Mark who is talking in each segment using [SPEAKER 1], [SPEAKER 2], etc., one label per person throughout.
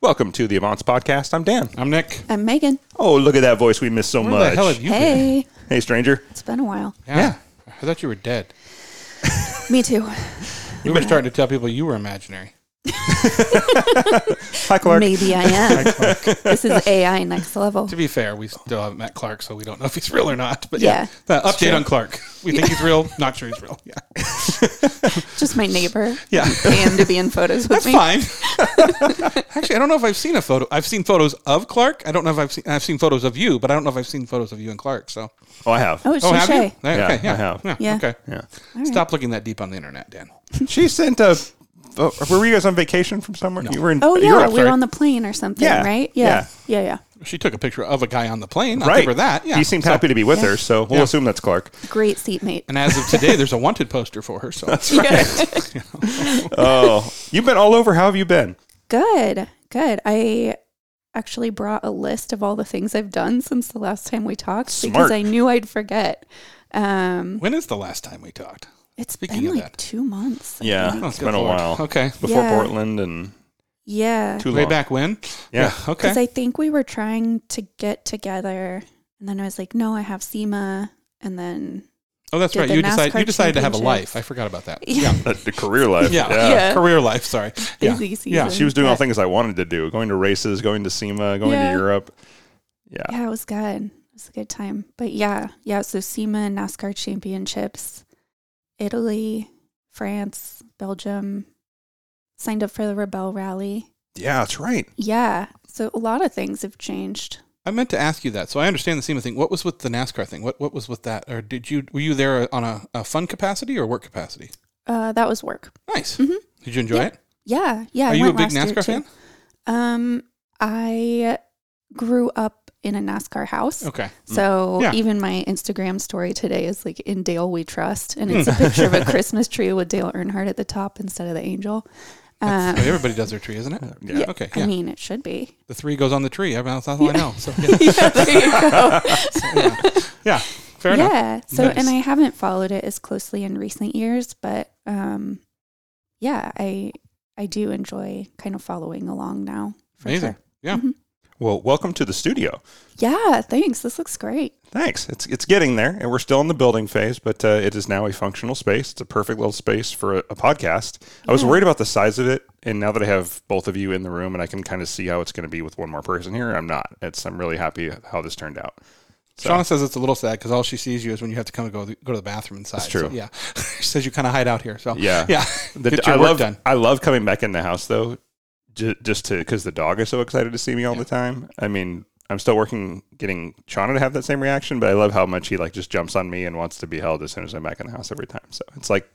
[SPEAKER 1] Welcome to the Avance Podcast. I'm Dan.
[SPEAKER 2] I'm Nick.
[SPEAKER 3] I'm Megan.
[SPEAKER 1] Oh, look at that voice we missed so
[SPEAKER 2] Where
[SPEAKER 1] much.
[SPEAKER 2] the hell have you been?
[SPEAKER 3] Hey,
[SPEAKER 1] Hey, stranger.
[SPEAKER 3] it's been a while.
[SPEAKER 2] Yeah. I thought you were dead.
[SPEAKER 3] Me too.
[SPEAKER 2] You were starting to tell people you were imaginary.
[SPEAKER 1] Hi, Clark.
[SPEAKER 3] Maybe I am. this is AI next level.
[SPEAKER 2] To be fair, we still haven't met Clark, so we don't know if he's real or not. But
[SPEAKER 3] Yeah.
[SPEAKER 2] yeah, Uh, update on Clark. We think he's real. Not sure he's real. Yeah,
[SPEAKER 3] Just my neighbor.
[SPEAKER 2] yeah,
[SPEAKER 3] Damn to be in photos with
[SPEAKER 2] that's
[SPEAKER 3] me.
[SPEAKER 2] fine. Actually, I don't know if I've seen a photo. I've seen photos of Clark. I don't know if I've seen. I've seen photos of you, but I don't know if I've seen photos of you and Clark. So,
[SPEAKER 1] Oh, I have.
[SPEAKER 3] Oh, it's
[SPEAKER 2] oh, have you?
[SPEAKER 3] Shishay.
[SPEAKER 2] Okay,
[SPEAKER 1] Yeah,
[SPEAKER 2] yeah,
[SPEAKER 1] I have.
[SPEAKER 3] Yeah.
[SPEAKER 2] Okay.
[SPEAKER 1] Yeah.
[SPEAKER 2] Stop looking that deep on the internet, Dan.
[SPEAKER 1] She sent a. Oh, were you guys on vacation from somewhere? You were in.
[SPEAKER 3] Oh yeah,
[SPEAKER 1] Europe,
[SPEAKER 3] we were
[SPEAKER 1] right?
[SPEAKER 3] on the plane or something,
[SPEAKER 1] Yeah.
[SPEAKER 3] right?
[SPEAKER 1] Yeah.
[SPEAKER 3] Yeah. yeah, yeah,
[SPEAKER 2] She took a picture of a guy on the plane. I'll
[SPEAKER 1] Right.
[SPEAKER 2] give her that. Yeah.
[SPEAKER 1] He seemed
[SPEAKER 2] So-
[SPEAKER 1] happy to be with her, so we'll
[SPEAKER 2] Yeah.
[SPEAKER 1] assume that's Clark.
[SPEAKER 3] Great seatmate.
[SPEAKER 2] And as of today, there's a wanted poster for her. So
[SPEAKER 3] Yeah.
[SPEAKER 1] Oh, you've been all over. How have you been?
[SPEAKER 3] good, good. I actually brought a list of all the things I've done since the last time we talked
[SPEAKER 1] Smart.
[SPEAKER 3] because I knew I'd forget. Um,
[SPEAKER 2] When is the last time we talked?
[SPEAKER 3] it's
[SPEAKER 2] Speaking
[SPEAKER 3] been
[SPEAKER 2] of
[SPEAKER 3] like
[SPEAKER 2] that.
[SPEAKER 3] two months. I
[SPEAKER 1] Yeah.
[SPEAKER 3] think.
[SPEAKER 1] It's
[SPEAKER 2] good
[SPEAKER 1] been a
[SPEAKER 2] lord.
[SPEAKER 1] while.
[SPEAKER 2] Okay.
[SPEAKER 1] Before
[SPEAKER 3] Yeah.
[SPEAKER 1] Portland and
[SPEAKER 3] yeah.
[SPEAKER 1] too
[SPEAKER 2] Way
[SPEAKER 1] long.
[SPEAKER 2] back when?
[SPEAKER 1] Yeah.
[SPEAKER 2] Okay.
[SPEAKER 3] Because I think we were trying to get together, and then I was like, "No, I have SEMA," and then
[SPEAKER 2] oh, that's
[SPEAKER 3] did
[SPEAKER 2] right.
[SPEAKER 3] the
[SPEAKER 2] You decide,
[SPEAKER 3] NASCAR
[SPEAKER 2] you decided to have a
[SPEAKER 3] championships.
[SPEAKER 2] life. I forgot about that.
[SPEAKER 3] Yeah.
[SPEAKER 1] Uh, the career life.
[SPEAKER 2] Yeah.
[SPEAKER 3] Yeah.
[SPEAKER 2] Career life. Sorry. Yeah.
[SPEAKER 3] busy season.
[SPEAKER 2] Yeah,
[SPEAKER 1] She was doing all
[SPEAKER 3] but-
[SPEAKER 1] things I wanted to do going to races, going to SEMA, going
[SPEAKER 3] Yeah.
[SPEAKER 1] to Europe. Yeah.
[SPEAKER 3] Yeah, it was good. It was a good time. But yeah, yeah. So SEMA and NASCAR championships, Italy, France, Belgium. Signed up for the Rebel Rally.
[SPEAKER 1] Yeah, that's right.
[SPEAKER 3] Yeah. So a lot of things have changed.
[SPEAKER 2] I meant to ask you that. So I understand the SEMA thing. What was with the NASCAR thing? What What was with that? Or did you were you there on a, a fun capacity or work capacity?
[SPEAKER 3] Uh, that was work.
[SPEAKER 2] Nice.
[SPEAKER 3] Mhm.
[SPEAKER 2] Did you enjoy
[SPEAKER 3] Yeah.
[SPEAKER 2] it?
[SPEAKER 3] Yeah, yeah. I
[SPEAKER 2] Are you a
[SPEAKER 3] went
[SPEAKER 2] big
[SPEAKER 3] last year,
[SPEAKER 2] NASCAR
[SPEAKER 3] too.
[SPEAKER 2] fan?
[SPEAKER 3] Um, I grew up in a NASCAR house.
[SPEAKER 2] Okay.
[SPEAKER 3] So
[SPEAKER 2] Mm. Yeah.
[SPEAKER 3] even my Instagram story today is like in Dale we trust, and
[SPEAKER 2] Mm.
[SPEAKER 3] it's a picture of a Christmas tree with Dale Earnhardt at the top instead of the angel.
[SPEAKER 2] That's
[SPEAKER 3] Um,
[SPEAKER 2] the way everybody does their tree, isn't it?
[SPEAKER 1] Yeah.
[SPEAKER 2] Okay.
[SPEAKER 3] I
[SPEAKER 2] Yeah.
[SPEAKER 3] mean, it should be.
[SPEAKER 2] the three goes on the tree. That's all I know. So yeah.
[SPEAKER 3] yeah, there you go.
[SPEAKER 2] yeah. Fair enough.
[SPEAKER 3] yeah. So,
[SPEAKER 2] Nice.
[SPEAKER 3] and I haven't followed it as closely in recent years, but um, yeah, I I do enjoy kind of following along now. For
[SPEAKER 2] Amazing.
[SPEAKER 3] Sure.
[SPEAKER 2] Yeah.
[SPEAKER 3] Mhm.
[SPEAKER 1] Well, welcome to the studio.
[SPEAKER 3] Yeah. Thanks. This looks great.
[SPEAKER 1] Thanks. It's it's getting there, and we're still in the building phase, but uh, it is now a functional space. It's a perfect little space for a, a podcast. I was
[SPEAKER 3] Yeah.
[SPEAKER 1] worried about the size of it, and now that I have both of you in the room, and I can kind of see how it's going to be with one more person here, I'm not. It's I'm really happy how this turned out. So-
[SPEAKER 2] Shauna says it's a little sad because all she sees you is when you have to come and go go to the bathroom inside.
[SPEAKER 1] That's true.
[SPEAKER 2] So, yeah, she says you kind of hide out here. So
[SPEAKER 1] Yeah.
[SPEAKER 2] yeah.
[SPEAKER 1] The,
[SPEAKER 2] Get
[SPEAKER 1] I
[SPEAKER 2] your work
[SPEAKER 1] love
[SPEAKER 2] done.
[SPEAKER 1] I love coming back in the house though, j- just to because the dog is so excited to see me all the time. I mean, I'm still working getting Shauna to have that same reaction, but I love how much he like just jumps on me and wants to be held as soon as I'm back in the house every time. So it's like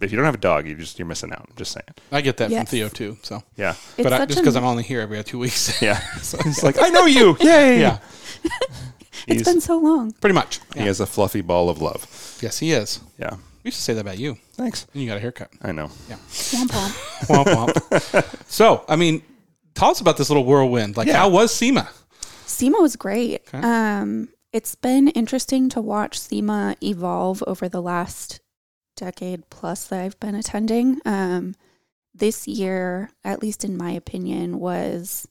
[SPEAKER 1] if you don't have a dog, you just you're missing out. I'm just saying.
[SPEAKER 2] I get that from
[SPEAKER 3] Yes.
[SPEAKER 2] Theo too. So,
[SPEAKER 1] Yeah,
[SPEAKER 3] It's
[SPEAKER 2] but I,
[SPEAKER 3] such
[SPEAKER 2] just
[SPEAKER 3] a-
[SPEAKER 2] because I'm only here every two weeks,
[SPEAKER 1] yeah.
[SPEAKER 2] so,
[SPEAKER 1] It's like I know you. Yay!
[SPEAKER 2] yeah,
[SPEAKER 1] he's,
[SPEAKER 3] it's been so long.
[SPEAKER 2] pretty much.
[SPEAKER 1] he
[SPEAKER 2] Yeah.
[SPEAKER 1] is a fluffy ball of love.
[SPEAKER 2] Yes, he is.
[SPEAKER 1] Yeah.
[SPEAKER 2] We used to say that about you.
[SPEAKER 1] Thanks.
[SPEAKER 2] And you got a haircut.
[SPEAKER 1] I know.
[SPEAKER 3] Womp womp.
[SPEAKER 2] Womp womp. so, I mean, tell us about this little whirlwind. Like,
[SPEAKER 1] Yeah.
[SPEAKER 2] how was SEMA?
[SPEAKER 3] SEMA was great.
[SPEAKER 2] Okay.
[SPEAKER 3] Um, it's been interesting to watch SEMA evolve over the last decade plus that I've been attending. Um, this year, at least in my opinion, was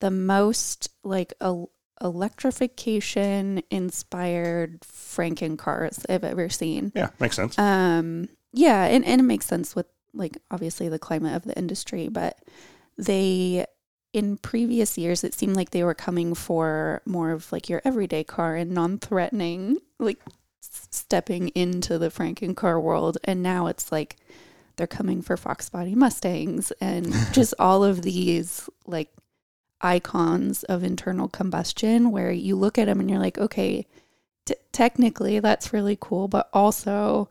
[SPEAKER 3] the most like el- electrification inspired Franken cars I've ever seen.
[SPEAKER 1] Yeah, makes sense.
[SPEAKER 3] Um, yeah, and, and it makes sense with like obviously the climate of the industry, but they in previous years it seemed like they were coming for more of like your everyday car and non-threatening, like s- stepping into the Franken car world, and now it's like they're coming for Fox Body Mustangs and just all of these like icons of internal combustion where you look at them and you're like, okay, t- technically that's really cool, but also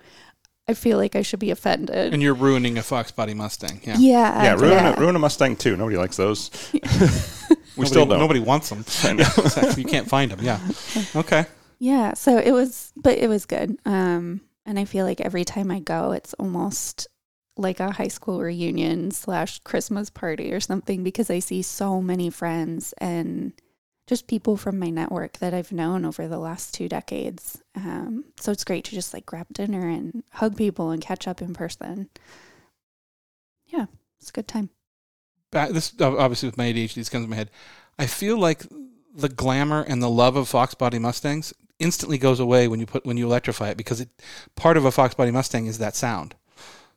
[SPEAKER 3] I feel like I should be offended.
[SPEAKER 2] And you're ruining a Fox Body Mustang. Yeah.
[SPEAKER 3] yeah.
[SPEAKER 1] yeah, ruin,
[SPEAKER 3] yeah.
[SPEAKER 1] A, ruin a Mustang too. Nobody likes those. we
[SPEAKER 2] Nobody,
[SPEAKER 1] still don't.
[SPEAKER 2] Nobody wants them.
[SPEAKER 1] I know.
[SPEAKER 2] you can't find them. Yeah. Okay.
[SPEAKER 3] Yeah, so it was, but it was good. Um, and I feel like every time I go, it's almost like a high school reunion slash Christmas party or something because I see so many friends and just people from my network that I've known over the last two decades. Um, so it's great to just like grab dinner and hug people and catch up in person. Yeah, it's a good time.
[SPEAKER 2] ba- this uh, obviously with my ADHD, this comes in my head. I feel like the glamour and the love of Fox Body Mustangs instantly goes away when you put when you electrify it because it part of a Fox Body Mustang is that sound.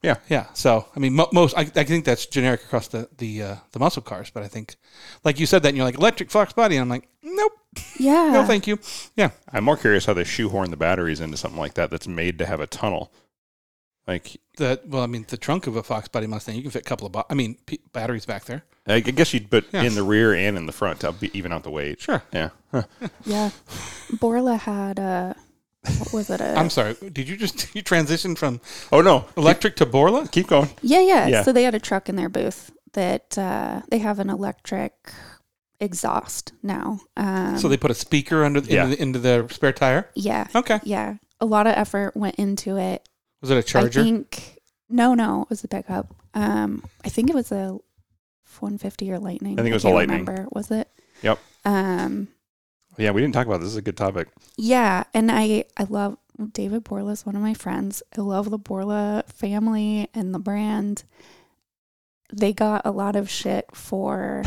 [SPEAKER 1] Yeah.
[SPEAKER 2] yeah. So I mean, mo- most I, I think that's generic across the the uh, the muscle cars, but I think, like you said, that and you're like electric Fox Body, and I'm like, nope,
[SPEAKER 3] Yeah.
[SPEAKER 2] no, thank you. Yeah,
[SPEAKER 1] I'm more curious how they shoehorn the batteries into something like that that's made to have a tunnel. Like,
[SPEAKER 2] the well, I mean, the trunk of a Fox Body Mustang, you can fit a couple of bo- I mean p- batteries back there.
[SPEAKER 1] I I guess you'd put
[SPEAKER 2] Yeah.
[SPEAKER 1] in the rear and in the front to be- even out the weight.
[SPEAKER 2] Sure.
[SPEAKER 1] Yeah. Huh.
[SPEAKER 3] yeah. Borla had a what was it? A,
[SPEAKER 2] I'm sorry. Did you just you transition from
[SPEAKER 1] Oh, no.
[SPEAKER 2] electric to Borla?
[SPEAKER 1] Keep going.
[SPEAKER 3] yeah, yeah,
[SPEAKER 1] Yeah.
[SPEAKER 3] So they had a truck in their booth that uh, they have an electric exhaust now. Um,
[SPEAKER 2] So they put a speaker under
[SPEAKER 1] Yeah.
[SPEAKER 2] into, the, into the spare tire.
[SPEAKER 3] yeah,
[SPEAKER 2] Okay.
[SPEAKER 3] yeah. A lot of effort went into it.
[SPEAKER 2] Was it a charger?
[SPEAKER 3] I think no, no, it was a pickup. Um, I think it was a 150 or Lightning.
[SPEAKER 1] I think it was a
[SPEAKER 3] can't
[SPEAKER 1] Lightning.
[SPEAKER 3] Remember, was it?
[SPEAKER 1] Yep.
[SPEAKER 3] Um,
[SPEAKER 1] Yeah, we didn't talk about this. This is a good topic.
[SPEAKER 3] yeah, and I I love David Borla is one of my friends. I love the Borla family and the brand. They got a lot of shit for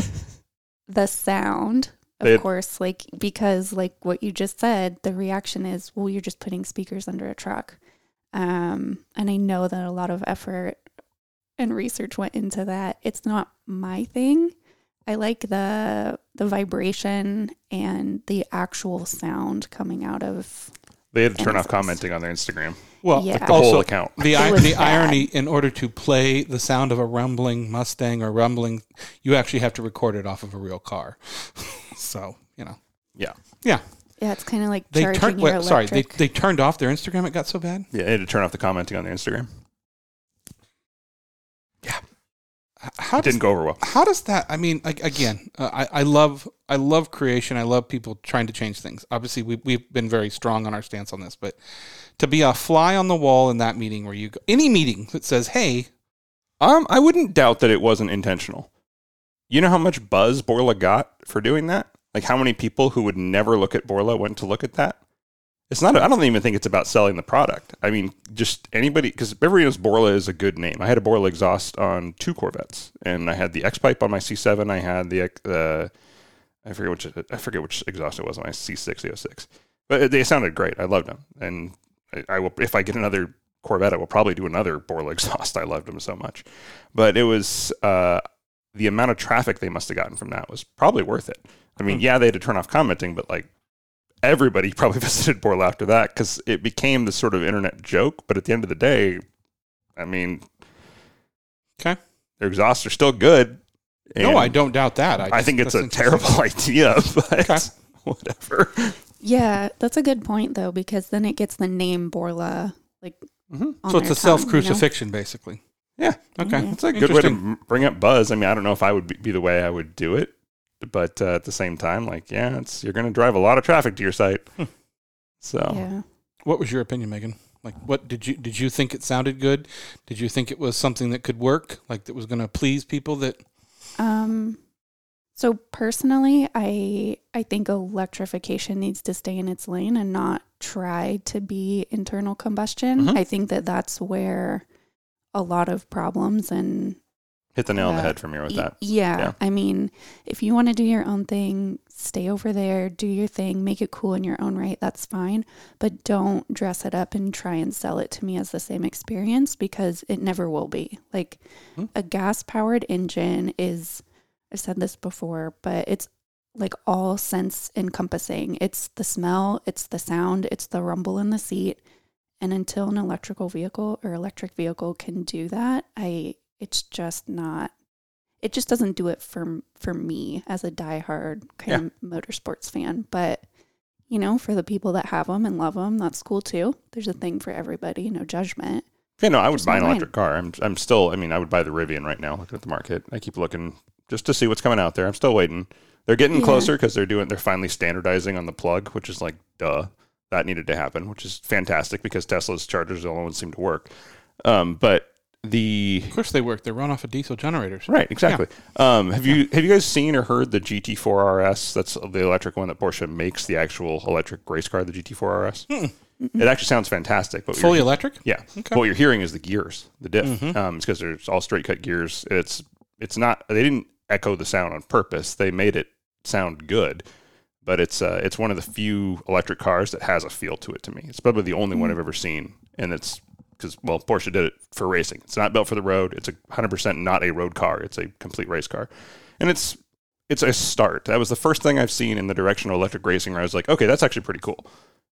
[SPEAKER 3] the sound, of
[SPEAKER 1] They-
[SPEAKER 3] course, like because like what you just said, the reaction is, well, you're just putting speakers under a truck. Um, and I know that a lot of effort and research went into that. It's not my thing. I like the the vibration and the actual sound coming out of
[SPEAKER 1] They had to
[SPEAKER 3] And
[SPEAKER 1] turn off
[SPEAKER 3] it's-
[SPEAKER 1] commenting on their Instagram.
[SPEAKER 2] well,
[SPEAKER 3] Yeah.
[SPEAKER 1] The
[SPEAKER 2] also
[SPEAKER 1] whole account.
[SPEAKER 2] the
[SPEAKER 3] It
[SPEAKER 2] i-
[SPEAKER 3] was
[SPEAKER 2] the
[SPEAKER 3] bad.
[SPEAKER 2] irony in order to play the sound of a rumbling Mustang or rumbling, you actually have to record it off of a real car. so you know
[SPEAKER 1] Yeah.
[SPEAKER 3] yeah, it's kind of like
[SPEAKER 2] they
[SPEAKER 3] charging
[SPEAKER 2] turned
[SPEAKER 3] your
[SPEAKER 2] wait, sorry they,
[SPEAKER 3] electric.
[SPEAKER 2] they turned off their Instagram. It got so bad.
[SPEAKER 1] Yeah, they had to turn off the commenting on their Instagram.
[SPEAKER 2] H- How
[SPEAKER 1] It
[SPEAKER 2] does
[SPEAKER 1] didn't go over well.
[SPEAKER 2] how does that i mean like again uh, I, I love i love creation i love people trying to change things obviously we, we've been very strong on our stance on this but to be a fly on the wall in that meeting where you go any meeting that says hey
[SPEAKER 1] Um, I wouldn't doubt that it wasn't intentional. You know how much buzz Borla got for doing that? Like how many people who would never look at Borla went to look at that? It's not. I don't even think it's about selling the product. I mean, just anybody because everybody knows Borla is a good name. I had a Borla exhaust on two Corvettes, and I had the X pipe on my C7. I had the uh, I forget which I forget which exhaust it was on my C6 E06, but they sounded great. I loved them, and I, I will if I get another Corvette, I will probably do another Borla exhaust. I loved them so much, but it was uh, the amount of traffic they must have gotten from that was probably worth it. I
[SPEAKER 2] Hmm.
[SPEAKER 1] mean, yeah, they had to turn off commenting, but like everybody probably visited Borla after that because it became this sort of internet joke. But at the end of the day, I mean,
[SPEAKER 2] 'Kay.
[SPEAKER 1] their exhausts are still good.
[SPEAKER 2] no
[SPEAKER 1] and
[SPEAKER 2] i don't doubt that
[SPEAKER 1] I think it's
[SPEAKER 2] just-
[SPEAKER 1] a
[SPEAKER 2] that's interesting.
[SPEAKER 1] terrible idea, but
[SPEAKER 2] Okay.
[SPEAKER 1] whatever.
[SPEAKER 3] yeah, that's a good point though because then it gets the name Borla like on
[SPEAKER 2] so it's a
[SPEAKER 3] their tongue, you know? Mm-hmm.
[SPEAKER 2] self-crucifixion basically
[SPEAKER 1] Yeah.
[SPEAKER 2] okay
[SPEAKER 1] It's a good way to
[SPEAKER 2] Interesting.
[SPEAKER 1] m- bring up buzz. I mean, I don't know if I would be- be the way I would do it, but uh, at the same time, like, yeah, it's you're going to drive a lot of traffic to your site.
[SPEAKER 2] Hmm.
[SPEAKER 1] So,
[SPEAKER 3] Yeah.
[SPEAKER 2] what was your opinion megan like what did you did you think it sounded good did you think it was something that could work like that was going to please people that
[SPEAKER 3] Um so personally, I I think electrification needs to stay in its lane and not try to be internal combustion.
[SPEAKER 2] Mhm.
[SPEAKER 3] I think that that's where a lot of problems and
[SPEAKER 1] hit the nail on the
[SPEAKER 3] Uh,
[SPEAKER 1] head from here with
[SPEAKER 3] Y-
[SPEAKER 1] that.
[SPEAKER 3] Yeah.
[SPEAKER 1] Yeah.
[SPEAKER 3] I mean, if you want to do your own thing, stay over there, do your thing, make it cool in your own right. That's fine. But don't dress it up and try and sell it to me as the same experience because it never will be. Like
[SPEAKER 2] Hmm.
[SPEAKER 3] a gas powered engine is, I've said this before, but it's like all sense encompassing it's the smell, it's the sound, it's the rumble in the seat. And until an electrical vehicle or electric vehicle can do that, I it's just not it just doesn't do it for for me as a diehard kind of motorsports fan. But you know, for the people that have them and love them, that's cool too. There's a thing for everybody, no judgment.
[SPEAKER 1] Yeah, no, I would
[SPEAKER 3] Just
[SPEAKER 1] buy an
[SPEAKER 3] online.
[SPEAKER 1] electric car. I'm, I'm still, I mean, I would buy the Rivian right now, looking at the market. I keep looking just to see what's coming out there. I'm still waiting. They're getting
[SPEAKER 3] Yeah.
[SPEAKER 1] closer because they're doing, they're finally standardizing on the plug, which is like, duh, that needed to happen, which is fantastic because Tesla's chargers are the only ones that seem to work. Um, but the,
[SPEAKER 2] of course they work they run off of diesel generators
[SPEAKER 1] right, exactly. Um, have you, have you guys seen or heard the GT4 RS? That's the electric one that Porsche makes, the actual electric race car, the GT4 RS.
[SPEAKER 3] Hmm.
[SPEAKER 2] Mm-mm.
[SPEAKER 1] It actually sounds fantastic, but
[SPEAKER 2] fully electric
[SPEAKER 1] yeah.
[SPEAKER 2] Okay.
[SPEAKER 1] What you're hearing is the gears, the diff.
[SPEAKER 2] Mhm.
[SPEAKER 1] Um, it's because they're all straight cut gears. It's it's not. They didn't echo the sound on purpose. They made it sound good, but it's uh, it's one of the few electric cars that has a feel to it. To me, it's probably the only one I've ever seen, and it's because well, Porsche did it for racing. It's not built for the road. It's a hundred percent not a road car. It's a complete race car, and it's it's a start. That was the first thing I've seen in the direction of electric racing where I was like, okay, that's actually pretty cool.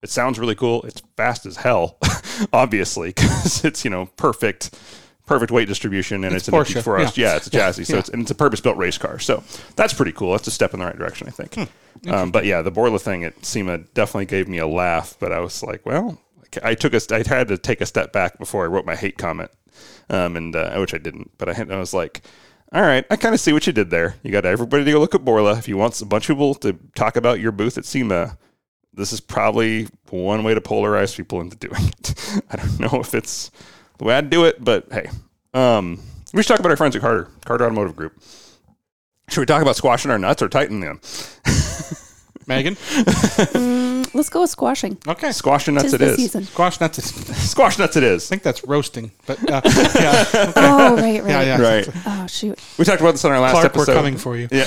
[SPEAKER 1] It sounds really cool. It's fast as hell, obviously, because it's you know perfect, perfect weight distribution, and
[SPEAKER 2] It's
[SPEAKER 1] it's,
[SPEAKER 2] Porsche,
[SPEAKER 1] an for us.
[SPEAKER 2] yeah.
[SPEAKER 1] Yeah. it's a chassis, so
[SPEAKER 2] yeah.
[SPEAKER 1] it's and it's a purpose-built race car. So that's pretty cool. That's a step in the right direction, I
[SPEAKER 2] Hmm.
[SPEAKER 1] think. um, but yeah, the Borla thing at SEMA definitely gave me a laugh. But I was like, well, I took a, I had to take a step back before I wrote my hate comment, um, and uh, which I didn't. But I, had, I was like. All right, I kind of see what you did there. You got everybody to go look at Borla. If you want a bunch of people to talk about your booth at SEMA, this is probably one way to polarize people into doing it. I don't know if it's the way I'd do it, but hey. Um, we should talk about our friends at Carter, Carter Automotive Group. Should we talk about squashing our nuts or tightening them?
[SPEAKER 2] Megan?
[SPEAKER 3] Mm, let's go with squashing.
[SPEAKER 2] Okay.
[SPEAKER 1] Squashing nuts
[SPEAKER 3] Tis
[SPEAKER 1] it
[SPEAKER 3] the
[SPEAKER 1] is.
[SPEAKER 3] season.
[SPEAKER 2] Squash nuts. is- I
[SPEAKER 1] Squash nuts it is.
[SPEAKER 2] think that's roasting. But uh, yeah,
[SPEAKER 3] Oh, right, right.
[SPEAKER 2] yeah, yeah.
[SPEAKER 1] Right.
[SPEAKER 3] Oh, shoot.
[SPEAKER 1] We talked about this on our last
[SPEAKER 2] Clark, we're
[SPEAKER 1] episode.
[SPEAKER 2] coming for you.
[SPEAKER 1] Yeah.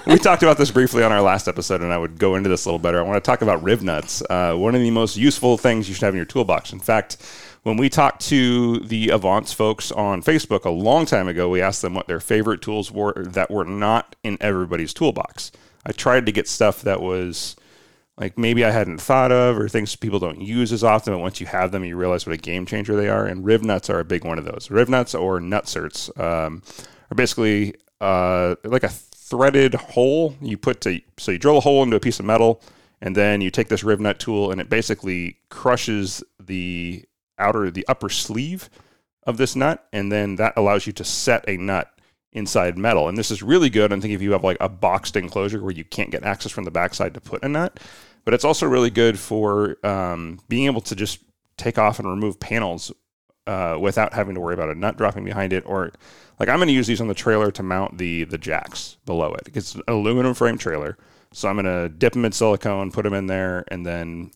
[SPEAKER 1] we talked about this briefly on our last episode, and I would go into this a little better. I want to talk about rib nuts. Uh, one of the most useful things you should have in your toolbox. In fact, when we talked to the Avance folks on Facebook a long time ago, we asked them what their favorite tools were that were not in everybody's toolbox. I tried to get stuff that was like maybe I hadn't thought of or things people don't use as often, but once you have them, you realize what a game changer they are. And rib nuts are a big one of those. Rib nuts or nutserts um, are basically uh, like a threaded hole you put to, so you drill a hole into a piece of metal, and then you take this rib nut tool and it basically crushes the outer, the upper sleeve of this nut, and then that allows you to set a nut inside metal. And this is really good. I think if you have like a boxed enclosure where you can't get access from the backside to put a nut, but it's also really good for um, being able to just take off and remove panels uh, without having to worry about a nut dropping behind it. Or like I'm going to use these on the trailer to mount the the jacks below it. It's an aluminum frame trailer, so I'm going to dip them in silicone, put them in there, and then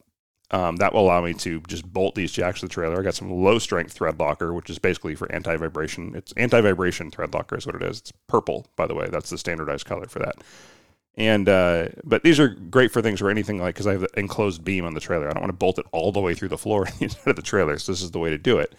[SPEAKER 1] um, that will allow me to just bolt these jacks to the trailer. I got some low strength thread locker, which is basically for anti vibration. It's anti vibration thread locker is what it is. It's purple, by the way. That's the standardized color for that. And uh, but these are great for things where anything like because I have the enclosed beam on the trailer. I don't want to bolt it all the way through the floor inside of the trailer. So this is the way to do it.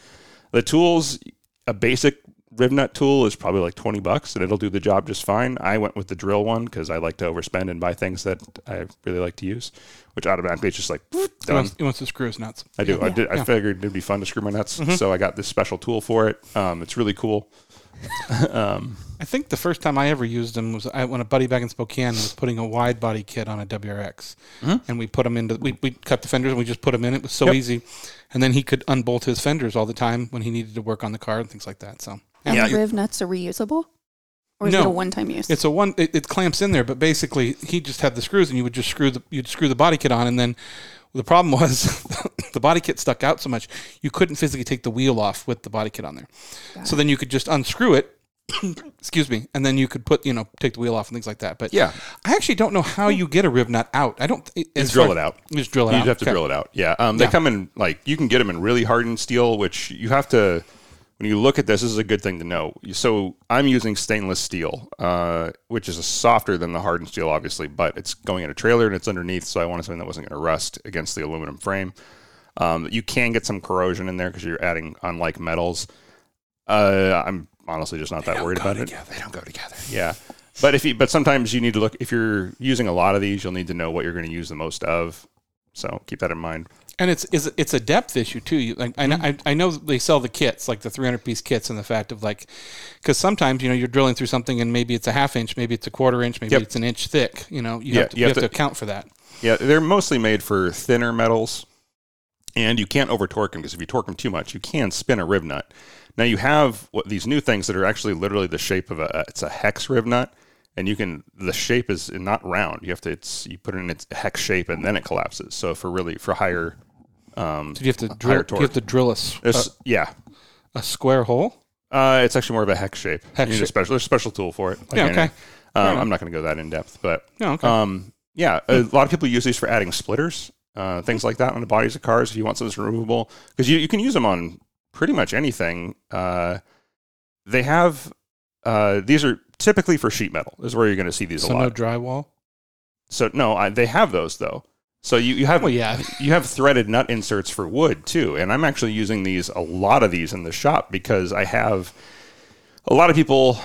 [SPEAKER 1] The tools, a basic rib nut tool is probably like 20 bucks and it'll do the job just fine. I went with the drill one because I like to overspend and buy things that I really like to use, which automatically is just like
[SPEAKER 2] He
[SPEAKER 1] done.
[SPEAKER 2] wants, he wants to screw his nuts.
[SPEAKER 1] I do. I
[SPEAKER 3] Yeah.
[SPEAKER 1] did.
[SPEAKER 2] Yeah.
[SPEAKER 1] I figured it'd be fun to screw my nuts, so I got this special tool for it. Um, it's really cool. um,
[SPEAKER 2] I think the first time I ever used them was I, when a buddy back in Spokane was putting a wide body kit on a WRX, and we put them into we, we cut the fenders and we just put them in. It was so
[SPEAKER 1] Mm-hmm. Yep.
[SPEAKER 2] easy, and then he could unbolt his fenders all the time when he needed to work on the car and things like that. So
[SPEAKER 3] And
[SPEAKER 1] Yeah,
[SPEAKER 3] the
[SPEAKER 1] you-
[SPEAKER 3] riv nuts are reusable? Or is
[SPEAKER 2] No.
[SPEAKER 3] it a one time use?
[SPEAKER 2] it's a one it, it clamps in there, but basically he just had the screws and you would just screw the you'd screw the body kit on, and then the problem was the body kit stuck out so much you couldn't physically take the wheel off with the body kit on there.
[SPEAKER 3] Got
[SPEAKER 2] So then you could just unscrew it. Excuse me, and then you could put you know take the wheel off and things like that. But
[SPEAKER 1] yeah,
[SPEAKER 2] I actually don't know how you get a rib nut out. I don't. You
[SPEAKER 1] drill it out.
[SPEAKER 2] You just drill it
[SPEAKER 1] you
[SPEAKER 2] out.
[SPEAKER 1] just have to
[SPEAKER 2] Okay.
[SPEAKER 1] drill it out. Yeah. Um, they
[SPEAKER 2] Yeah.
[SPEAKER 1] come in like you can get them in really hardened steel, which you have to. When you look at this, this is a good thing to know. So I'm using stainless steel, uh, which is a softer than the hardened steel, obviously, but it's going in a trailer and it's underneath, so I wanted something that wasn't going to rust against the aluminum frame. Um, you can get some corrosion in there because you're adding unlike metals. Uh, I'm honestly just not that worried about it. They don't go together. Yeah, but if you, but sometimes you need to look if you're using a lot of these, you'll need to know what you're going to use the most of. So keep that in mind.
[SPEAKER 2] And it's is it's a depth issue too. You, like I, kn- I
[SPEAKER 1] Mm-hmm.
[SPEAKER 2] I know they sell the kits like the 300 piece kits and the fact of like because sometimes you know you're drilling through something and maybe it's a half inch, maybe it's a quarter inch, maybe
[SPEAKER 1] Yep.
[SPEAKER 2] it's an inch thick. You know you
[SPEAKER 1] Yeah,
[SPEAKER 2] have to, you have to, account for that.
[SPEAKER 1] Yeah, they're mostly made for thinner metals, and you can't over torque them because if you torque them too much, you can spin a rib nut. Now you have what these new things that are actually literally the shape of a it's a hex rib nut, and you can the shape is not round. You have to it's you put it in its hex shape and then it collapses. So for really for higher, um,
[SPEAKER 2] So you have to drill. You
[SPEAKER 1] torque.
[SPEAKER 2] have to drill a, s-
[SPEAKER 1] there's yeah,
[SPEAKER 2] a- a square hole.
[SPEAKER 1] Uh, it's actually more of a hex shape.
[SPEAKER 2] Hex
[SPEAKER 1] you need
[SPEAKER 2] shape.
[SPEAKER 1] A special, there's a special tool for it. like
[SPEAKER 2] Yeah,
[SPEAKER 1] any-
[SPEAKER 2] okay.
[SPEAKER 1] Um, I'm not going to go that in depth, but
[SPEAKER 2] No, Oh, okay. Hmm.
[SPEAKER 1] um, yeah, a lot of people use these for adding splitters, uh, things like that on the bodies of cars. If you want something that's removable, because you, you can use them on pretty much anything. Uh, they have uh, these are typically for sheet metal is where you're going to see these
[SPEAKER 2] So
[SPEAKER 1] a lot.
[SPEAKER 2] no drywall.
[SPEAKER 1] so no, I, they have those though. So you, you have
[SPEAKER 2] Well, yeah.
[SPEAKER 1] you have threaded nut inserts for wood too, and I'm actually using these a lot of these in the shop because I have a lot of people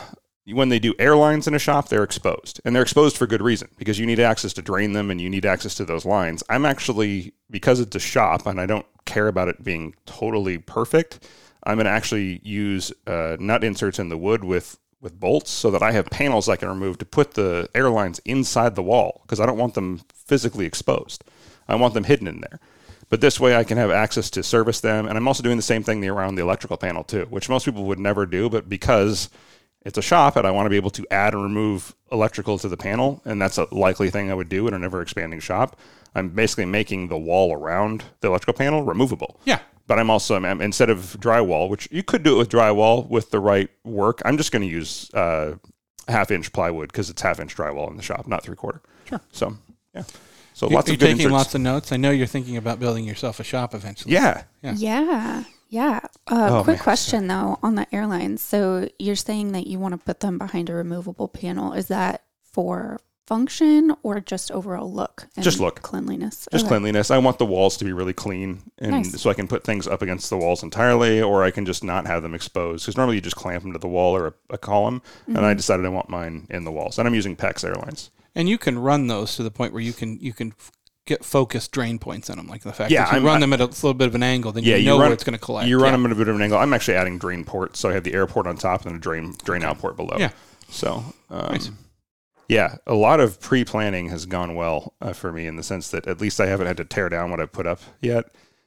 [SPEAKER 1] when they do airlines in a shop they're exposed and they're exposed for good reason because you need access to drain them and you need access to those lines i'm actually because it's a shop and i don't care about it being totally perfect i'm going to actually use uh, nut inserts in the wood with with bolts so that i have panels i can remove to put the airlines inside the wall because i don't want them physically exposed i want them hidden in there but this way I can have access to service them. And I'm also doing the same thing around the electrical panel too, which most people would never do, but because it's a shop and I want to be able to add and remove electrical to the panel, and that's a likely thing I would do in an ever expanding shop. I'm basically making the wall around the electrical panel removable.
[SPEAKER 2] Yeah.
[SPEAKER 1] But I'm also I'm, instead of drywall, which you could do it with drywall with the right work. I'm just going to use uh, half inch plywood because it's half inch drywall in the shop, not three quarter. Sure. So yeah. So
[SPEAKER 2] You're,
[SPEAKER 1] lots
[SPEAKER 2] you're
[SPEAKER 1] of good
[SPEAKER 2] taking
[SPEAKER 1] inserts.
[SPEAKER 2] lots of notes. I know you're thinking about building yourself a shop eventually.
[SPEAKER 1] yeah.
[SPEAKER 3] Yeah. Yeah. Uh,
[SPEAKER 1] Oh,
[SPEAKER 3] quick
[SPEAKER 1] man.
[SPEAKER 3] question though on the airlines. So you're saying that you want to put them behind a removable panel. Is that for function or just overall look? And
[SPEAKER 1] Just look.
[SPEAKER 3] Cleanliness.
[SPEAKER 1] just
[SPEAKER 3] Okay.
[SPEAKER 1] cleanliness. I want the walls to be really clean, and
[SPEAKER 3] Nice.
[SPEAKER 1] so I can put things up against the walls entirely, or I can just not have them exposed. Because normally you just clamp them to the wall or a, a column, and I decided I want mine in the walls, and I'm using PEX Airlines.
[SPEAKER 2] And you can run those to the point where you can you can f- get focused drain points in them, like the fact
[SPEAKER 1] Yeah,
[SPEAKER 2] that you
[SPEAKER 1] I'm-
[SPEAKER 2] run them at a little bit of an angle, then
[SPEAKER 1] Yeah,
[SPEAKER 2] you
[SPEAKER 1] you
[SPEAKER 2] know
[SPEAKER 1] run-
[SPEAKER 2] where it's going to collect.
[SPEAKER 1] you run
[SPEAKER 2] Yeah.
[SPEAKER 1] them at a bit of an angle. I'm actually adding drain ports, so I have the air port on top and then a drain drain out port below.
[SPEAKER 2] Yeah.
[SPEAKER 1] So. Um,
[SPEAKER 2] Nice.
[SPEAKER 1] Yeah, a lot of pre planning has gone well uh, for me in the sense that at least I haven't had to tear down what I put up yet.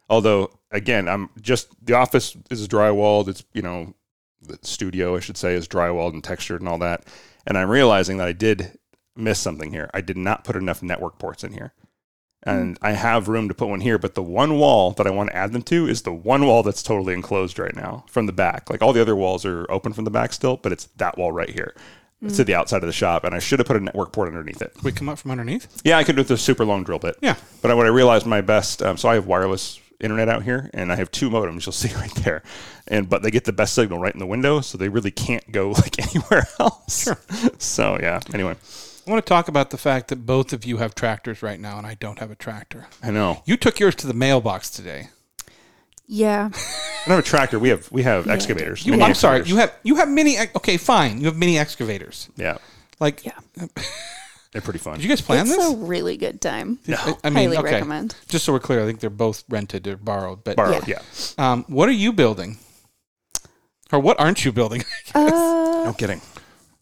[SPEAKER 1] Although, again, I'm just the office is drywalled. It's, you know, the studio, I should say, is drywalled and textured and all that. And I'm realizing that I did miss something here. I did not put enough network ports in here. And I have room to put one here, but the one wall that I want to add them to is the one wall that's totally enclosed right now from the back. Like all the other walls are open from the back still, but it's that wall right here. It's to the outside of the shop, and I should have put a network port underneath it.
[SPEAKER 2] We come up from underneath.
[SPEAKER 1] Yeah, I could do it with a super long drill bit.
[SPEAKER 2] Yeah.
[SPEAKER 1] But I- what I realized my best, um, so I have wireless internet out here, and I have two modems. You'll see right there, and but they get the best signal right in the window, so they really can't go like anywhere else. Sure. So yeah. Anyway,
[SPEAKER 2] I want to talk about the fact that both of you have tractors right now, and I don't have a tractor.
[SPEAKER 1] I know.
[SPEAKER 2] You took yours to the mailbox today.
[SPEAKER 3] Yeah.
[SPEAKER 1] I don't have a tractor. We have we have excavators.
[SPEAKER 2] You,
[SPEAKER 1] mini
[SPEAKER 2] I'm sorry.
[SPEAKER 1] excavators.
[SPEAKER 2] You have you have mini. ex- Okay, fine. You have mini excavators.
[SPEAKER 1] yeah,
[SPEAKER 2] Like,
[SPEAKER 3] Yeah.
[SPEAKER 1] they're pretty fun.
[SPEAKER 2] did you guys plan
[SPEAKER 3] it's
[SPEAKER 2] this?
[SPEAKER 3] a really good time.
[SPEAKER 2] I, I
[SPEAKER 3] Highly recommend.
[SPEAKER 2] Just so we're clear, I think they're both rented or borrowed. But
[SPEAKER 1] Borrowed. Yeah.
[SPEAKER 2] um, what are you building, or what aren't you building?
[SPEAKER 3] Uh,
[SPEAKER 1] No kidding.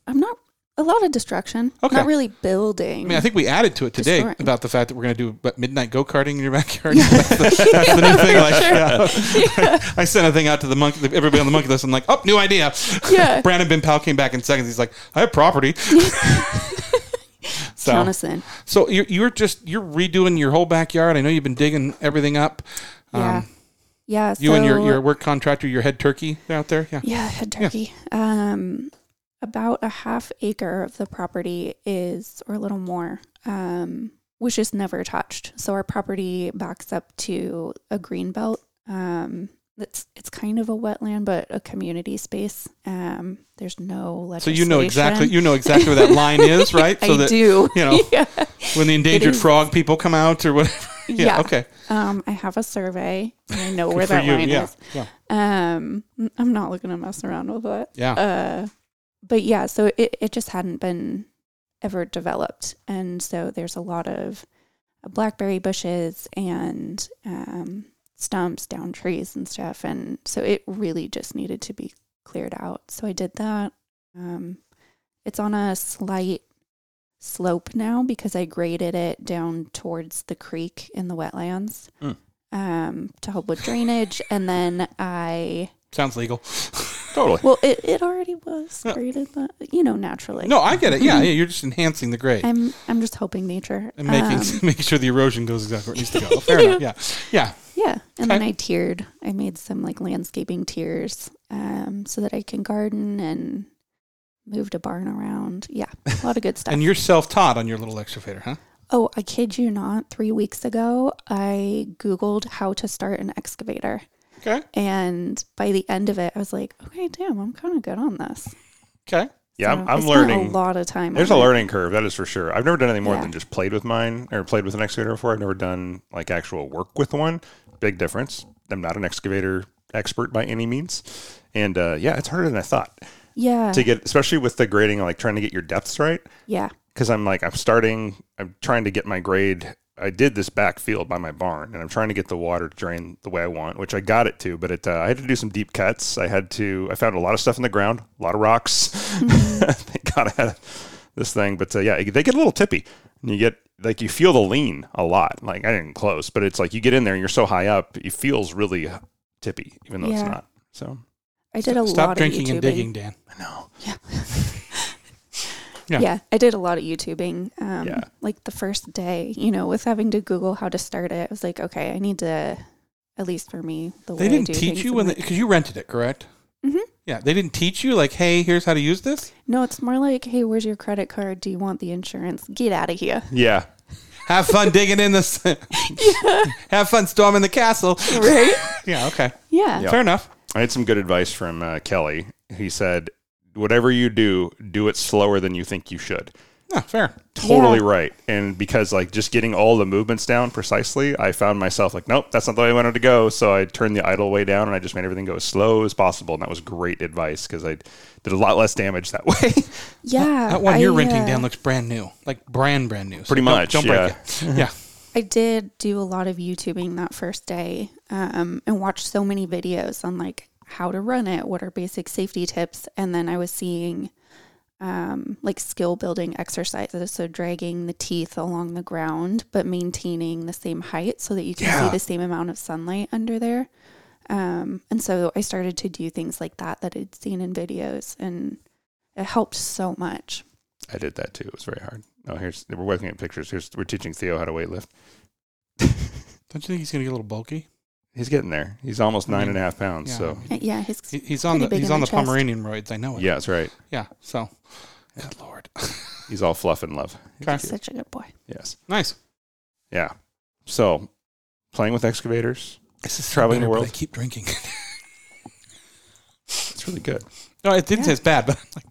[SPEAKER 3] I'm not a lot of destruction.
[SPEAKER 2] Okay.
[SPEAKER 3] Not really
[SPEAKER 2] I
[SPEAKER 3] building.
[SPEAKER 2] mean, I think we added to it today
[SPEAKER 3] Destroying.
[SPEAKER 2] about the fact that we're going to do what, midnight go karting in your backyard. That's, the, that's the new thing. Like, yeah. I sent a thing out to the monkey, everybody on the monkey list. I'm like, oh, new idea.
[SPEAKER 3] Yeah.
[SPEAKER 2] Brandon Bimpal came back in seconds. He's like, I have property. so,
[SPEAKER 3] Count us in.
[SPEAKER 2] so you're, you're just you're redoing your whole backyard. I know you've been digging everything up.
[SPEAKER 3] Yeah. yeah.
[SPEAKER 2] um, You and your,
[SPEAKER 3] so-
[SPEAKER 2] your work contractor, your head turkey out there. Yeah.
[SPEAKER 3] Yeah, head turkey. Um, about a half acre of the property is, or a little more, um, which is never touched. So our property backs up to a green belt. Um, it's it's kind of a wetland, but a community space. Um, there's no
[SPEAKER 2] So
[SPEAKER 3] legislation.
[SPEAKER 2] you know exactly you know exactly where that line is, right? So
[SPEAKER 3] I
[SPEAKER 2] that
[SPEAKER 3] do.
[SPEAKER 2] you know
[SPEAKER 3] yeah.
[SPEAKER 2] when the endangered
[SPEAKER 3] is-
[SPEAKER 2] frog people come out or whatever. Yeah.
[SPEAKER 3] Yeah.
[SPEAKER 2] Okay.
[SPEAKER 3] Um, I have a survey. And I know where
[SPEAKER 2] For
[SPEAKER 3] that
[SPEAKER 2] you.
[SPEAKER 3] line
[SPEAKER 2] Yeah.
[SPEAKER 3] is.
[SPEAKER 2] Yeah.
[SPEAKER 3] Um, I'm not looking to mess around with it.
[SPEAKER 2] Yeah.
[SPEAKER 3] Uh, but yeah, so it, it just hadn't been ever developed. And so there's a lot of blackberry bushes and um, stumps down trees and stuff. And so it really just needed to be cleared out. So I did that. Um, it's on a slight slope now because I graded it down towards the creek in the wetlands
[SPEAKER 1] Mm.
[SPEAKER 3] um, to help with drainage. and then I.
[SPEAKER 2] Sounds legal.
[SPEAKER 1] Totally.
[SPEAKER 3] Well, it, it already was
[SPEAKER 2] Yeah.
[SPEAKER 3] graded, but you know, naturally.
[SPEAKER 2] No, I get it. Yeah, yeah, you're just enhancing the grade
[SPEAKER 3] I'm I'm just helping nature.
[SPEAKER 2] and making
[SPEAKER 3] Um,
[SPEAKER 2] making sure the erosion goes exactly where it needs to go. Fair enough. Yeah, yeah.
[SPEAKER 3] yeah, and then
[SPEAKER 2] Okay.
[SPEAKER 3] I tiered. I made some like landscaping tiers, um, so that I can garden and moved a barn around. Yeah, a lot of good stuff.
[SPEAKER 2] And you're self-taught on your little excavator, huh?
[SPEAKER 3] oh, I kid you not. Three weeks ago, I googled how to start an excavator,
[SPEAKER 2] Okay.
[SPEAKER 3] and by the end of it, I was like, okay, damn, I'm kind of good on this.
[SPEAKER 2] Okay.
[SPEAKER 1] Yeah,
[SPEAKER 3] So
[SPEAKER 1] I'm, I'm
[SPEAKER 3] I spent
[SPEAKER 1] learning.
[SPEAKER 3] a lot of time.
[SPEAKER 1] There's a
[SPEAKER 3] on it.
[SPEAKER 1] learning curve, that is for sure. I've never done anything more
[SPEAKER 3] Yeah.
[SPEAKER 1] than just played with mine or played with an excavator before. I've never done like actual work with one. Big difference. I'm not an excavator expert by any means. And uh, yeah, it's harder than I thought
[SPEAKER 3] Yeah,
[SPEAKER 1] to get, especially with the grading, like trying to get your depths right.
[SPEAKER 3] yeah,
[SPEAKER 1] Cause I'm like, I'm starting, I'm trying to get my grade. I did this backfield by my barn and I'm trying to get the water to drain the way I want, which I got it to, but it, uh, I had to do some deep cuts. I had to, I found a lot of stuff in the ground, a lot of rocks. Thank God I had this thing, but uh, yeah, they get a little tippy and you get like, you feel the lean a lot. Like I didn't close, but it's like you get in there and you're so high up, it feels really tippy, even though it's
[SPEAKER 3] Yeah.
[SPEAKER 1] not. So
[SPEAKER 3] I did a
[SPEAKER 2] Stop
[SPEAKER 3] lot
[SPEAKER 2] drinking
[SPEAKER 3] of YouTubing.
[SPEAKER 2] and digging, Dan.
[SPEAKER 1] I know.
[SPEAKER 2] Yeah.
[SPEAKER 3] Yeah. I did a lot of YouTubing. Um,
[SPEAKER 1] Yeah.
[SPEAKER 3] Like the first day, you know, with having to Google how to start it, I was like, okay, I need to, at least for me, the
[SPEAKER 2] They
[SPEAKER 3] way
[SPEAKER 2] didn't
[SPEAKER 3] I do
[SPEAKER 2] teach
[SPEAKER 3] things,
[SPEAKER 2] you
[SPEAKER 3] I'm
[SPEAKER 2] when
[SPEAKER 3] like-
[SPEAKER 2] because you rented it, correct?
[SPEAKER 3] Mhm.
[SPEAKER 2] Yeah, they didn't teach you like, hey, here's how to use this.
[SPEAKER 3] No, it's more like, hey, where's your credit card? Do you want the insurance? Get out of here.
[SPEAKER 1] Yeah.
[SPEAKER 2] Have fun digging in this. Have fun storming the castle.
[SPEAKER 3] Right?
[SPEAKER 2] Yeah. Okay.
[SPEAKER 3] yeah.
[SPEAKER 1] Yeah.
[SPEAKER 2] Fair enough.
[SPEAKER 1] I had some good advice from uh, Kelly. He said, "Whatever you do, do it slower than you think you should."
[SPEAKER 2] Yeah. Fair.
[SPEAKER 1] Totally
[SPEAKER 3] Yeah.
[SPEAKER 1] right. And because like just getting all the movements down precisely, I found myself like, nope, that's not the way I wanted to go. So I turned the idle way down and I just made everything go as slow as possible. And that was great advice because I did a lot less damage that way.
[SPEAKER 3] Yeah.
[SPEAKER 2] That one
[SPEAKER 3] I,
[SPEAKER 2] you're renting,
[SPEAKER 3] uh,
[SPEAKER 2] Dan, looks brand new, like brand brand new. So
[SPEAKER 1] Pretty
[SPEAKER 2] don't-
[SPEAKER 1] much,
[SPEAKER 2] Don't, break it. Yeah.
[SPEAKER 3] I did do a lot of YouTubing that first day um, and watched so many videos on like how to run it, what are basic safety tips. And then I was seeing um, like skill building exercises. So dragging the teeth along the ground, but maintaining the same height so that you can
[SPEAKER 1] Yeah.
[SPEAKER 3] see the same amount of sunlight under there. Um, and so I started to do things like that that I'd seen in videos and it helped so much.
[SPEAKER 1] I did that too. It was very hard. Oh, here's we're working at pictures. Here's we're teaching Theo how to weightlift.
[SPEAKER 2] Don't you think he's gonna get a little bulky?
[SPEAKER 1] He's getting there. He's almost
[SPEAKER 2] I
[SPEAKER 1] nine
[SPEAKER 2] mean,
[SPEAKER 1] and a half pounds.
[SPEAKER 2] yeah.
[SPEAKER 1] So
[SPEAKER 3] Uh, Yeah, his
[SPEAKER 2] He, he's on
[SPEAKER 3] Pretty
[SPEAKER 2] the
[SPEAKER 3] big
[SPEAKER 2] he's
[SPEAKER 3] in
[SPEAKER 2] on the
[SPEAKER 3] the chest.
[SPEAKER 2] Pomeranian roids. I know it.
[SPEAKER 1] yeah, that's right.
[SPEAKER 2] Yeah. So. Good lord.
[SPEAKER 1] He's all fluff and love. He's
[SPEAKER 2] Okay.
[SPEAKER 1] cute.
[SPEAKER 3] such a good boy.
[SPEAKER 1] Yes.
[SPEAKER 2] nice.
[SPEAKER 1] Yeah. So playing with excavators,
[SPEAKER 2] This is
[SPEAKER 1] Traveling the
[SPEAKER 2] better, but
[SPEAKER 1] world.
[SPEAKER 2] I keep drinking.
[SPEAKER 1] it's really good.
[SPEAKER 2] no, it didn't
[SPEAKER 3] Yeah.
[SPEAKER 2] taste bad, but I'm like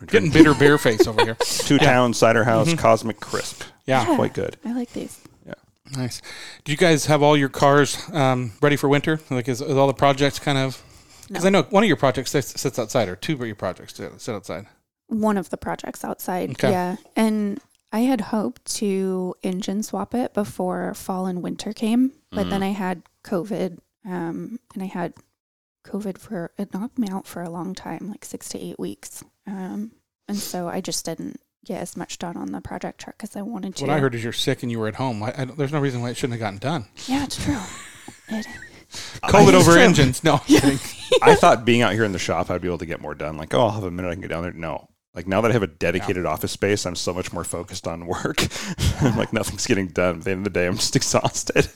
[SPEAKER 1] We're
[SPEAKER 2] getting
[SPEAKER 1] drinking
[SPEAKER 2] bitter beer face over here.
[SPEAKER 1] Two Town Cider House
[SPEAKER 2] Mhm.
[SPEAKER 1] Cosmic Crisp.
[SPEAKER 2] Yeah.
[SPEAKER 1] Quite good.
[SPEAKER 3] I like these.
[SPEAKER 2] Nice. Do you guys have all your cars um, ready for winter? Like, is, is all the projects kind of? Because I know one of your projects sits, sits outside, or two of your projects sit sit outside.
[SPEAKER 3] one of the projects outside.
[SPEAKER 2] Okay.
[SPEAKER 3] Yeah. And I had hoped to engine swap it before fall and winter came, but then I
[SPEAKER 2] Mm-hmm.
[SPEAKER 3] had COVID um, and I had COVID for it knocked me out for a long time, like six to eight weeks. Um, and so I just didn't get as much done on the project truck as I wanted to.
[SPEAKER 2] What I heard is you're sick and you were at home. I, I don't- there's no reason why it shouldn't have gotten done.
[SPEAKER 3] Yeah, it's true. It,
[SPEAKER 2] COVID
[SPEAKER 1] I-
[SPEAKER 2] over engines. No. I'm kidding.
[SPEAKER 1] I thought being out here in the shop, I'd be able to get more done. Like, oh, I'll have a minute. I can get down there. No. Like now that I have a dedicated office space, I'm so much more focused on work. I'm like nothing's getting done. At the end of the day, I'm just exhausted.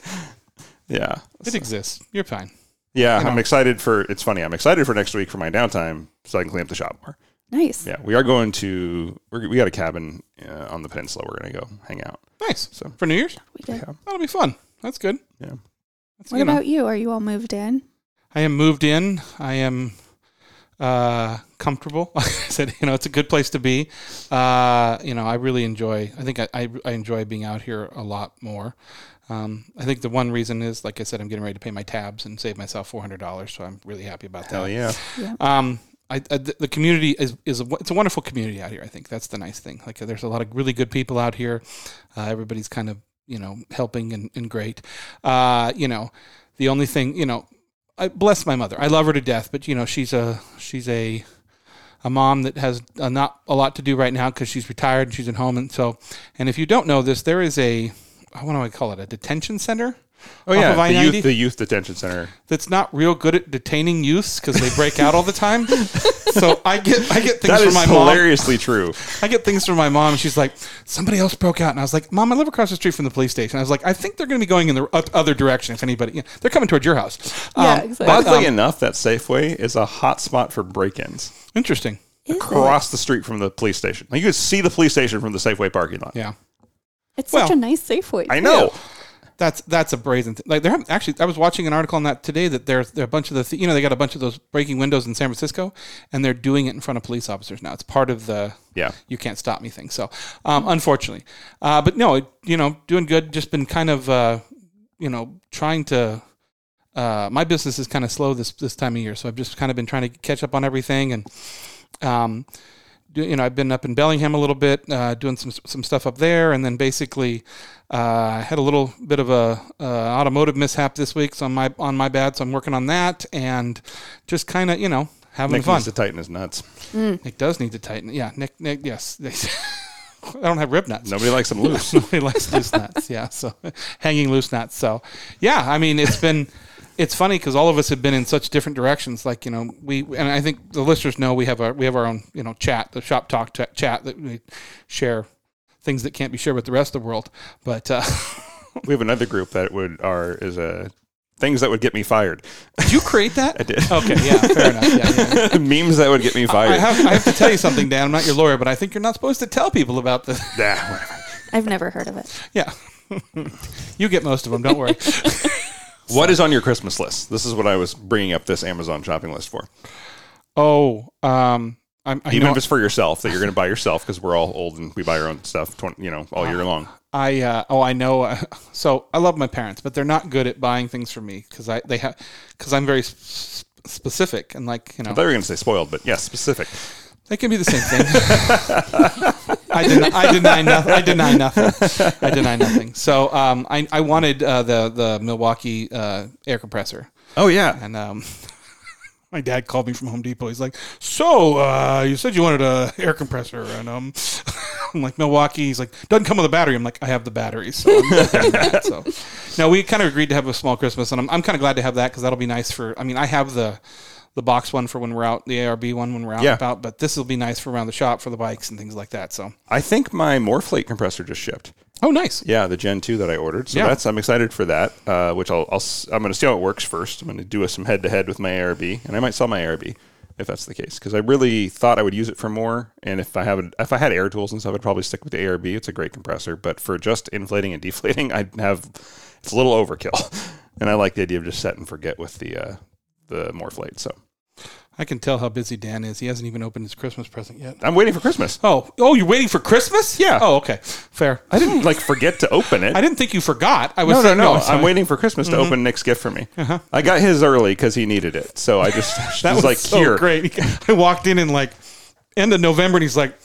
[SPEAKER 1] yeah.
[SPEAKER 2] It exists. You're fine.
[SPEAKER 1] Yeah.
[SPEAKER 2] You know.
[SPEAKER 1] I'm excited for it's funny. I'm excited for next week for my downtime so I can clean up the shop more.
[SPEAKER 3] nice.
[SPEAKER 1] Yeah. We are going to, we're, we got a cabin uh, on the peninsula. We're going to go hang out.
[SPEAKER 2] Nice.
[SPEAKER 1] So,
[SPEAKER 2] For New Year's,
[SPEAKER 3] We did.
[SPEAKER 1] yeah.
[SPEAKER 2] that'll be fun. That's good.
[SPEAKER 1] Yeah.
[SPEAKER 2] That's
[SPEAKER 3] What
[SPEAKER 2] you know.
[SPEAKER 3] about you? Are you all moved in?
[SPEAKER 2] I am moved in. I am uh, comfortable. I said, you know, it's a good place to be. Uh, you know, I really enjoy. I think I, I, I enjoy being out here a lot more. Um, I think the one reason is, like I said, I'm getting ready to pay my tabs and save myself four hundred dollars. So I'm really happy about
[SPEAKER 1] Hell
[SPEAKER 2] that.
[SPEAKER 1] yeah.
[SPEAKER 2] Um, I, I, the the community is, is a, it's a wonderful community out here. I think that's the nice thing. Like there's a lot of really good people out here. Uh, everybody's kind of you know helping and, and great. Uh, you know, the only thing you know, I bless my mother. I love her to death, but you know she's a she's a a mom that has uh not a lot to do right now because she's retired and she's at home. And so, and if you don't know this, there is a what do I call it? A detention center.
[SPEAKER 1] Oh
[SPEAKER 2] Off
[SPEAKER 1] yeah,
[SPEAKER 2] of
[SPEAKER 1] the
[SPEAKER 2] I-90?
[SPEAKER 1] youth, the youth detention center.
[SPEAKER 2] that's not real good at detaining youths because they break out all the time. So I get I get things
[SPEAKER 1] that
[SPEAKER 2] from
[SPEAKER 1] is
[SPEAKER 2] my
[SPEAKER 1] hilariously true.
[SPEAKER 2] mom. I get things from my mom. And she's like, somebody else broke out, and I was like, Mom, I live across the street from the police station. I was like, I think they're going to be going in the o- other direction. If anybody, you know, they're coming towards your house.
[SPEAKER 3] Yeah, exactly.
[SPEAKER 2] but,
[SPEAKER 1] Oddly
[SPEAKER 2] um,
[SPEAKER 1] enough, that Safeway is a hot spot for break-ins
[SPEAKER 2] interesting.
[SPEAKER 3] Is it?
[SPEAKER 1] across the street from the police station. Like you could see the police station from the Safeway parking lot.
[SPEAKER 2] Yeah.
[SPEAKER 3] It's
[SPEAKER 2] well,
[SPEAKER 3] such a nice Safeway.
[SPEAKER 1] I know.
[SPEAKER 2] that's that's a brazen thing. Like they're having- actually, I was watching an article on that today that there's there are a bunch of the th- you know they got a bunch of those breaking windows in San Francisco, and they're doing it in front of police officers now. It's part of the
[SPEAKER 1] Yeah.
[SPEAKER 2] you can't stop me thing. So um, unfortunately, uh, but no, it- you know, doing good. Just been kind of uh, you know trying to. Uh, my business is kind of slow this this time of year, so I've just kind of been trying to catch up on everything and. Um, do, you know, I've been up in Bellingham a little bit, uh, doing some some stuff up there, and then basically uh, had a little bit of a uh, automotive mishap this week, so on my on my bad, so I'm working on that, and just kind of you know having
[SPEAKER 1] Nick
[SPEAKER 2] fun.
[SPEAKER 1] needs to tighten his nuts.
[SPEAKER 3] Mm,
[SPEAKER 2] Nick does need to tighten. Yeah, Nick. Nick yes. I don't have rib nuts.
[SPEAKER 1] Nobody likes them loose.
[SPEAKER 2] Nobody likes loose nuts. Yeah, so hanging loose nuts. So, yeah, I mean, it's been it's funny because all of us have been in such different directions. Like you know, we and I think the listeners know we have a we have our own you know chat, the shop talk t- chat that we share things that can't be shared with the rest of the world. But uh,
[SPEAKER 1] we have another group that would are is a things that would get me fired.
[SPEAKER 2] did you create that?
[SPEAKER 1] I did.
[SPEAKER 2] Okay, yeah, fair enough. Yeah, yeah.
[SPEAKER 1] Memes that would get me
[SPEAKER 2] I
[SPEAKER 1] fired.
[SPEAKER 2] have, I have to tell you something, Dan. I'm not your lawyer, but I think you're not supposed to tell people about this.
[SPEAKER 1] Nah, whatever.
[SPEAKER 3] I've never heard of it.
[SPEAKER 2] Yeah. you get most of them, don't worry.
[SPEAKER 1] what is on your Christmas list? This is what I was bringing up this Amazon shopping list for.
[SPEAKER 2] Oh, um, I'm, I,
[SPEAKER 1] Even
[SPEAKER 2] know,
[SPEAKER 1] if it's for yourself that you're going to buy yourself because we're all old and we buy our own stuff, 20, you know, all year long.
[SPEAKER 2] I uh, oh, I know. Uh, so I love my parents, but they're not good at buying things for me because I they have because I'm very s- s- specific and like you know
[SPEAKER 1] I thought you were going to say spoiled, but yeah, specific.
[SPEAKER 2] they can be the same thing. I deny, I deny nothing. I deny nothing. I deny nothing. So um, I I wanted uh, the the Milwaukee uh, air compressor.
[SPEAKER 1] Oh yeah,
[SPEAKER 2] And um, my dad called me from Home Depot. He's like, "So uh, you said you wanted a air compressor?" And um, I'm like, "Milwaukee." He's like, "Doesn't come with a battery." I'm like, "I have the battery." So, I'm not doing that. so no, we kind of agreed to have a small Christmas, and I'm I'm kind of glad to have that because that'll be nice for. I mean, I have the. The box one for when we're out, the ARB one when we're out
[SPEAKER 1] Yeah.
[SPEAKER 2] and about, but this will be nice for around the shop for the bikes and things like that. So,
[SPEAKER 1] I think my Morflate compressor just shipped.
[SPEAKER 2] oh, nice.
[SPEAKER 1] Yeah, the Gen two that I ordered. So
[SPEAKER 2] Yeah.
[SPEAKER 1] that's I'm excited for that. Uh, which I'll, I'll s- I'm going to see how it works first. I'm going to do some head to head with my ARB, and I might sell my ARB if that's the case because I really thought I would use it for more. And if I have if I had air tools and stuff, I'd probably stick with the ARB. It's a great compressor, but for just inflating and deflating, I'd have it's a little overkill. And I like the idea of just set and forget with the uh, the Morflate. So
[SPEAKER 2] I can tell how busy Dan is. He hasn't even opened his Christmas present yet.
[SPEAKER 1] I'm waiting for Christmas.
[SPEAKER 2] Oh, oh, you're waiting for Christmas?
[SPEAKER 1] Yeah.
[SPEAKER 2] Oh, okay, fair.
[SPEAKER 1] I didn't like forget to open it.
[SPEAKER 2] I didn't think you forgot. I was
[SPEAKER 1] No, no, no.
[SPEAKER 2] I'm Mm-hmm.
[SPEAKER 1] I'm
[SPEAKER 2] sorry.
[SPEAKER 1] waiting for Christmas to open Nick's gift for me. I got his early because he needed it. So I just
[SPEAKER 2] That
[SPEAKER 1] was,
[SPEAKER 2] was
[SPEAKER 1] like,
[SPEAKER 2] so
[SPEAKER 1] here.
[SPEAKER 2] great. I walked in and like end of November, and he's like,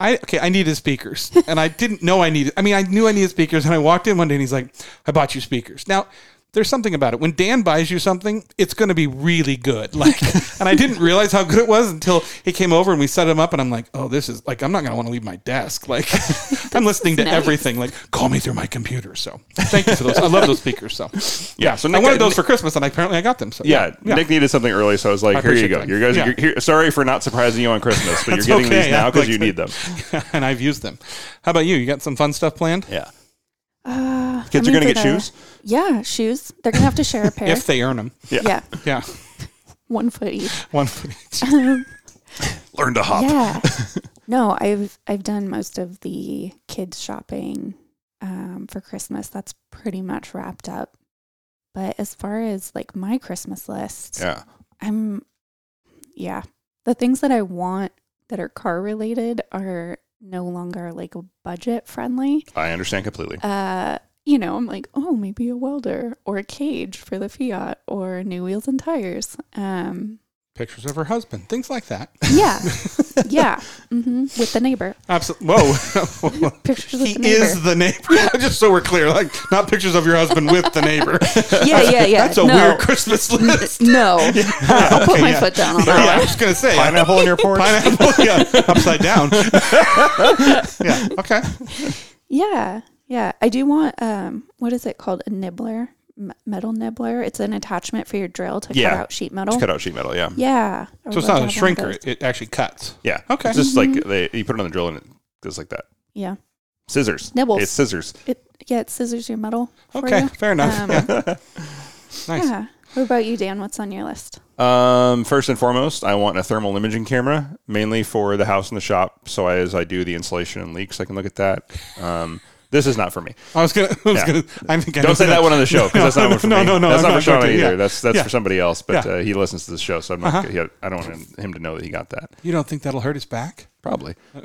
[SPEAKER 2] "I okay, I needed speakers," and I didn't know I needed. I mean, I knew I needed speakers, and I walked in one day, and he's like, "I bought you speakers." Now. There's something about it. When Dan buys you something, it's going to be really good. Like, and I didn't realize how good it was until he came over and we set him up, and I'm like, oh, this is like, I'm not going to want to leave my desk. Like, I'm listening to
[SPEAKER 3] Nice.
[SPEAKER 2] everything. Like, call me through my computer. So, thank you for those. I love those speakers. So,
[SPEAKER 1] Yeah, so
[SPEAKER 2] I
[SPEAKER 1] Nick-
[SPEAKER 2] wanted those for Christmas, and apparently I got them. So,
[SPEAKER 1] Yeah, Nick needed something early, so I was like,
[SPEAKER 2] I
[SPEAKER 1] "Here you
[SPEAKER 2] appreciate
[SPEAKER 1] go.
[SPEAKER 2] that.
[SPEAKER 1] You guys,
[SPEAKER 2] Yeah.
[SPEAKER 1] you're here, sorry for not surprising you on Christmas, but you're
[SPEAKER 2] It's
[SPEAKER 1] getting
[SPEAKER 2] okay.
[SPEAKER 1] these now
[SPEAKER 2] I'm
[SPEAKER 1] because
[SPEAKER 2] like-
[SPEAKER 1] you need them."
[SPEAKER 2] and I've used them. How about you? You got some fun stuff planned?
[SPEAKER 1] Yeah,
[SPEAKER 3] Uh,
[SPEAKER 1] kids are
[SPEAKER 3] I'm
[SPEAKER 1] gonna
[SPEAKER 3] into
[SPEAKER 1] get
[SPEAKER 3] the-
[SPEAKER 1] shoes.
[SPEAKER 3] Yeah, shoes. They're gonna have to share a pair.
[SPEAKER 2] If they earn them.
[SPEAKER 1] Yeah.
[SPEAKER 3] yeah,
[SPEAKER 2] Yeah.
[SPEAKER 3] one foot each.
[SPEAKER 2] One for each.
[SPEAKER 3] Um,
[SPEAKER 1] learn to hop.
[SPEAKER 3] Yeah. no, I've I've done most of the kids shopping um, for Christmas. That's pretty much wrapped up. But as far as like my Christmas list,
[SPEAKER 1] Yeah.
[SPEAKER 3] I'm yeah. The things that I want that are car related are no longer like budget friendly.
[SPEAKER 1] I understand completely.
[SPEAKER 3] Uh, you know, I'm like, oh, maybe a welder or a cage for the Fiat or new wheels and tires. Um,
[SPEAKER 2] Pictures of her husband, things like that.
[SPEAKER 3] yeah, yeah, hmm with the neighbor.
[SPEAKER 2] Absolutely. Whoa.
[SPEAKER 3] Pictures
[SPEAKER 2] he
[SPEAKER 3] with the neighbor.
[SPEAKER 2] is the neighbor. Just so we're clear, like not pictures of your husband with the neighbor.
[SPEAKER 3] yeah, yeah, yeah.
[SPEAKER 2] That's a
[SPEAKER 3] no.
[SPEAKER 2] weird Christmas list.
[SPEAKER 3] No, I'll put my
[SPEAKER 2] yeah.
[SPEAKER 3] foot down on
[SPEAKER 2] Yeah, I
[SPEAKER 3] that.
[SPEAKER 2] was just gonna say pineapple.
[SPEAKER 1] Pineapple in your porch.
[SPEAKER 2] yeah, upside down. yeah. Okay.
[SPEAKER 3] Yeah, yeah. I do want um, what is it called? A nibbler, M- metal nibbler. It's an attachment for your drill to
[SPEAKER 1] Yeah.
[SPEAKER 3] cut out sheet metal.
[SPEAKER 1] Just cut out sheet metal. Yeah.
[SPEAKER 3] Yeah. I would
[SPEAKER 2] So it's
[SPEAKER 3] love
[SPEAKER 2] not a
[SPEAKER 3] to have one of
[SPEAKER 2] shrinker.
[SPEAKER 3] those.
[SPEAKER 2] It, it actually cuts.
[SPEAKER 1] Yeah.
[SPEAKER 2] Okay. Mm-hmm.
[SPEAKER 1] It's just like they, you put it on the drill and it goes like that.
[SPEAKER 3] Yeah.
[SPEAKER 1] Scissors.
[SPEAKER 3] Nibbles.
[SPEAKER 1] It's scissors.
[SPEAKER 3] It yeah, it scissors your metal. For
[SPEAKER 2] Okay.
[SPEAKER 3] You.
[SPEAKER 2] Fair enough.
[SPEAKER 3] Um,
[SPEAKER 2] yeah. Nice.
[SPEAKER 3] Yeah. What about you, Dan? What's on your list?
[SPEAKER 1] Um, first and foremost, I want a thermal imaging camera, mainly for the house and the shop. So as I do the installation and leaks, I can look at that. Um, This is not for me.
[SPEAKER 2] I was gonna. I was
[SPEAKER 1] Yeah.
[SPEAKER 2] gonna. I think I know
[SPEAKER 1] Don't say
[SPEAKER 2] who
[SPEAKER 1] that one on the show because that's not
[SPEAKER 2] no,
[SPEAKER 1] one for
[SPEAKER 2] no,
[SPEAKER 1] me.
[SPEAKER 2] no, no,
[SPEAKER 1] that's
[SPEAKER 2] I'm
[SPEAKER 1] not
[SPEAKER 2] not
[SPEAKER 1] for Sean
[SPEAKER 2] joking, yeah.
[SPEAKER 1] either. That's that's
[SPEAKER 2] Yeah.
[SPEAKER 1] for somebody else. But
[SPEAKER 2] Yeah.
[SPEAKER 1] uh, he listens to the show, so I'm not.
[SPEAKER 2] Uh-huh.
[SPEAKER 1] he- I don't want him, him to know that he got that.
[SPEAKER 2] You don't think that'll hurt his back?
[SPEAKER 1] Probably.
[SPEAKER 2] Uh,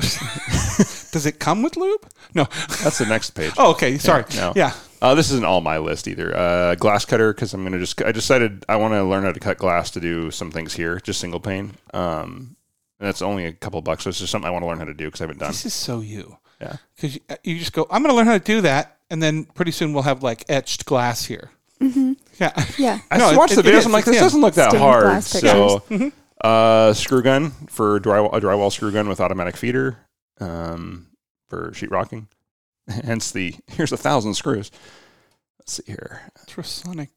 [SPEAKER 2] Does it come with lube? No.
[SPEAKER 1] That's the next page.
[SPEAKER 2] Oh, okay. Sorry. Yeah.
[SPEAKER 1] No. Uh, this isn't all my list either. Uh, glass cutter because I'm gonna just. I decided I want to learn how to cut glass to do some things here, just single pane. Um, and that's only a couple bucks. So it's just something I want to learn how to do because I haven't done.
[SPEAKER 2] This is so you.
[SPEAKER 1] Yeah.
[SPEAKER 2] Because you, uh, you just go. I'm going to learn how to do that, and then pretty soon we'll have like etched glass here. Yeah.
[SPEAKER 3] Yeah.
[SPEAKER 1] I
[SPEAKER 2] No,
[SPEAKER 1] just
[SPEAKER 2] it-
[SPEAKER 1] watched
[SPEAKER 2] it-
[SPEAKER 1] the
[SPEAKER 2] it
[SPEAKER 1] videos.
[SPEAKER 2] is.
[SPEAKER 1] I'm like,
[SPEAKER 2] It's
[SPEAKER 1] this
[SPEAKER 2] him.
[SPEAKER 1] doesn't look that
[SPEAKER 3] Stained
[SPEAKER 1] hard.
[SPEAKER 3] glass
[SPEAKER 1] So, uh, screw gun for drywall, a drywall screw gun with automatic feeder um, for sheet rocking. Hence the here's a thousand screws. Let's see here.
[SPEAKER 2] Ultrasonic.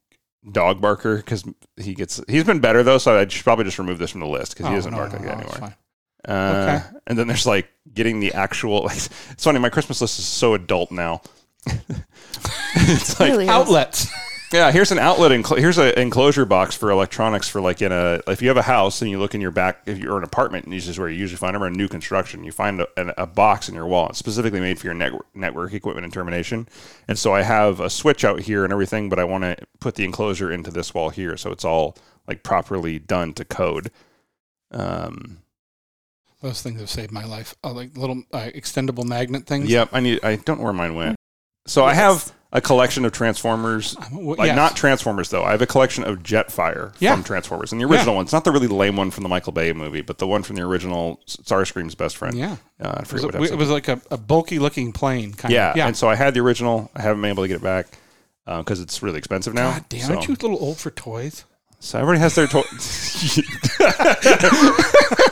[SPEAKER 1] Dog barker because he gets he's been better though. So I should probably just remove this from the list because he
[SPEAKER 2] Oh,
[SPEAKER 1] doesn't
[SPEAKER 2] no,
[SPEAKER 1] bark
[SPEAKER 2] no,
[SPEAKER 1] like
[SPEAKER 2] no,
[SPEAKER 1] that
[SPEAKER 2] it's
[SPEAKER 1] anymore.
[SPEAKER 2] fine.
[SPEAKER 1] Uh, And then there's like getting the actual. Like, it's funny. My Christmas list is so adult now. it's like
[SPEAKER 3] really is.
[SPEAKER 2] Outlets.
[SPEAKER 1] yeah, here's an outlet. Enclo- here's an enclosure box for electronics for like in a if you have a house and you look in your back if you're an apartment and this is where you usually find them or a new construction you find a, an, a box in your wall it's specifically made for your network network equipment and termination and so I have a switch out here and everything but I want to put the enclosure into this wall here so it's all like properly done to code. Um,
[SPEAKER 2] Those things have saved my life. Oh, like little uh, extendable magnet things.
[SPEAKER 1] yep, I need I don't know where mine went. So I have a collection of transformers
[SPEAKER 2] I'm, Uh, well,
[SPEAKER 1] Like
[SPEAKER 2] yes.
[SPEAKER 1] not Transformers though. I have a collection of Jetfire
[SPEAKER 2] Yeah.
[SPEAKER 1] from Transformers and the original ones, not the really lame one from the Michael Bay movie, but the one from the original S- Starscream's best friend.
[SPEAKER 2] Yeah.
[SPEAKER 1] Uh, I
[SPEAKER 2] It was,
[SPEAKER 1] forget
[SPEAKER 2] a-
[SPEAKER 1] what
[SPEAKER 2] it
[SPEAKER 1] episode.
[SPEAKER 2] was like a, a bulky looking plane. Kind
[SPEAKER 1] yeah.
[SPEAKER 2] Of. Yeah.
[SPEAKER 1] and so I had the original. I haven't been able to get it back because it's really expensive now.
[SPEAKER 2] God damn,
[SPEAKER 1] so,
[SPEAKER 2] aren't you a little old for toys?
[SPEAKER 1] so everybody has their toy.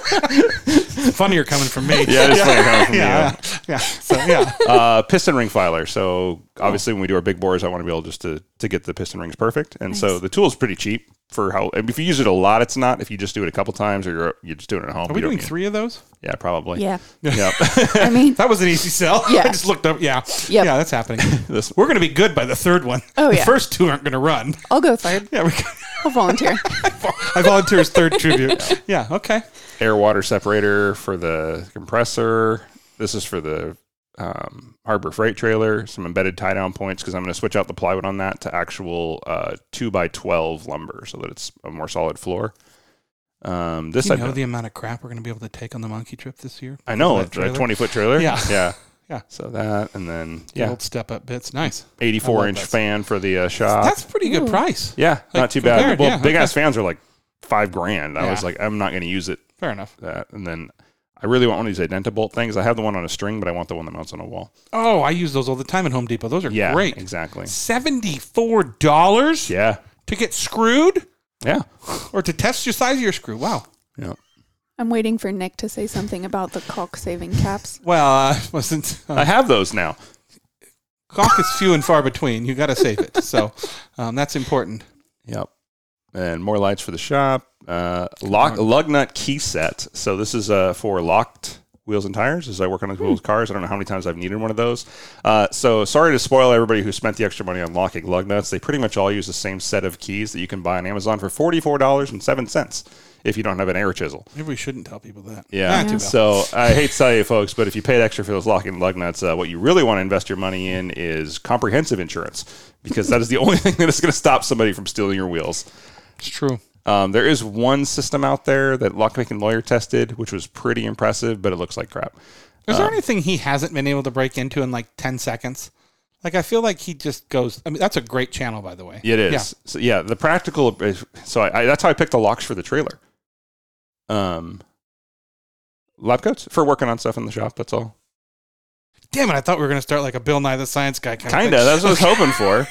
[SPEAKER 2] Funnier coming from me.
[SPEAKER 1] yeah, it's like, uh, from
[SPEAKER 2] Yeah. Yeah. So yeah.
[SPEAKER 1] you. Uh, piston ring filer. So obviously, when we do our big bores, I want to be able just to to get the piston rings perfect. And so the tool is pretty cheap for how. and If you use it a lot, it's not. If you just do it a couple times, or you're you're just doing it at home,
[SPEAKER 2] Are
[SPEAKER 1] you
[SPEAKER 2] we
[SPEAKER 1] don't
[SPEAKER 2] doing
[SPEAKER 1] need-
[SPEAKER 2] three of those?
[SPEAKER 1] Yeah, probably.
[SPEAKER 3] Yeah.
[SPEAKER 1] Yep.
[SPEAKER 3] I mean,
[SPEAKER 2] That was an easy sell.
[SPEAKER 3] Yeah.
[SPEAKER 2] I just looked up. Yeah.
[SPEAKER 3] Yep.
[SPEAKER 2] Yeah, that's happening.
[SPEAKER 1] This-
[SPEAKER 2] We're going to be good by the third one.
[SPEAKER 3] Oh,
[SPEAKER 2] the
[SPEAKER 3] yeah.
[SPEAKER 2] first two aren't going to run.
[SPEAKER 3] I'll go third.
[SPEAKER 2] Yeah. We
[SPEAKER 3] I'll volunteer.
[SPEAKER 2] I volunteer as third tribute. Yeah. Okay.
[SPEAKER 1] air water separator for the compressor. This is for the um, harbor freight trailer. Some embedded tie down points because I'm going to switch out the plywood on that to actual uh, two by twelve lumber so that it's a more solid floor. Um, this
[SPEAKER 2] Do you
[SPEAKER 1] I
[SPEAKER 2] know
[SPEAKER 1] know,
[SPEAKER 2] the amount of crap we're going to be able to take on the monkey trip this year?
[SPEAKER 1] I know
[SPEAKER 2] That
[SPEAKER 1] a
[SPEAKER 2] trailer?
[SPEAKER 1] twenty foot trailer.
[SPEAKER 2] Yeah.
[SPEAKER 1] yeah,
[SPEAKER 2] Yeah.
[SPEAKER 1] So that and then
[SPEAKER 2] The
[SPEAKER 1] yeah,
[SPEAKER 2] Old step up bits. Nice.
[SPEAKER 1] eighty
[SPEAKER 2] I
[SPEAKER 1] four
[SPEAKER 2] love
[SPEAKER 1] inch
[SPEAKER 2] this.
[SPEAKER 1] fan for the uh, shop.
[SPEAKER 2] That's pretty good
[SPEAKER 3] Ooh.
[SPEAKER 2] price.
[SPEAKER 1] yeah, not too bad.
[SPEAKER 2] compared,
[SPEAKER 1] well,
[SPEAKER 2] yeah,
[SPEAKER 1] big
[SPEAKER 2] okay.
[SPEAKER 1] ass fans are like five grand. I was
[SPEAKER 2] Yeah.
[SPEAKER 1] like, I'm not going to use it.
[SPEAKER 2] Fair enough.
[SPEAKER 1] That and then. I really want one of these Identibolt things. I have the one on a string, but I want the one that mounts on a wall.
[SPEAKER 2] Oh, I use those all the time at Home Depot. Those are
[SPEAKER 1] Yeah,
[SPEAKER 2] great.
[SPEAKER 1] exactly.
[SPEAKER 2] Seventy-four dollars
[SPEAKER 1] Yeah,
[SPEAKER 2] to get screwed
[SPEAKER 1] yeah,
[SPEAKER 2] or to test your size of your screw. Wow.
[SPEAKER 1] yeah.
[SPEAKER 3] I'm waiting for Nick to say something about the caulk saving caps.
[SPEAKER 2] Well, I wasn't.
[SPEAKER 1] I have those now.
[SPEAKER 2] caulk is few and far between. You got to save it, so um, that's important.
[SPEAKER 1] Yep. And more lights for the shop. Uh, lock lug nut key set. So this is uh, for locked wheels and tires. As I work on people's cars, I don't know how many times I've needed one of those. Uh, so sorry to spoil everybody who spent the extra money on locking lug nuts. They pretty much all use the same set of keys that you can buy on Amazon for forty four dollars and seven cents if you don't have an air chisel.
[SPEAKER 2] Maybe we shouldn't tell people that.
[SPEAKER 1] Yeah.
[SPEAKER 2] Not Ah, too bad.
[SPEAKER 1] So I hate to tell you, folks, but if you paid extra for those lock and lug nuts, uh, what you really want to invest your money in is comprehensive insurance because that is the only thing that is going to stop somebody from stealing your wheels.
[SPEAKER 2] it's true.
[SPEAKER 1] Um, there is one system out there that Lockmaking Lawyer tested, which was pretty impressive, but it looks like crap.
[SPEAKER 2] Is
[SPEAKER 1] Uh,
[SPEAKER 2] there anything he hasn't been able to break into in like ten seconds? Like I feel like he just goes. I mean, that's a great channel, by the way.
[SPEAKER 1] It is.
[SPEAKER 2] Yeah.
[SPEAKER 1] So yeah, the practical. is- So I, I, that's how I picked the locks for the trailer. Um, lab coats for working on stuff in the shop. That's all.
[SPEAKER 2] Damn it! I thought we were going to start like a Bill Nye the Science Guy kind,
[SPEAKER 1] Kinda.
[SPEAKER 2] of.
[SPEAKER 1] That's what I was hoping for.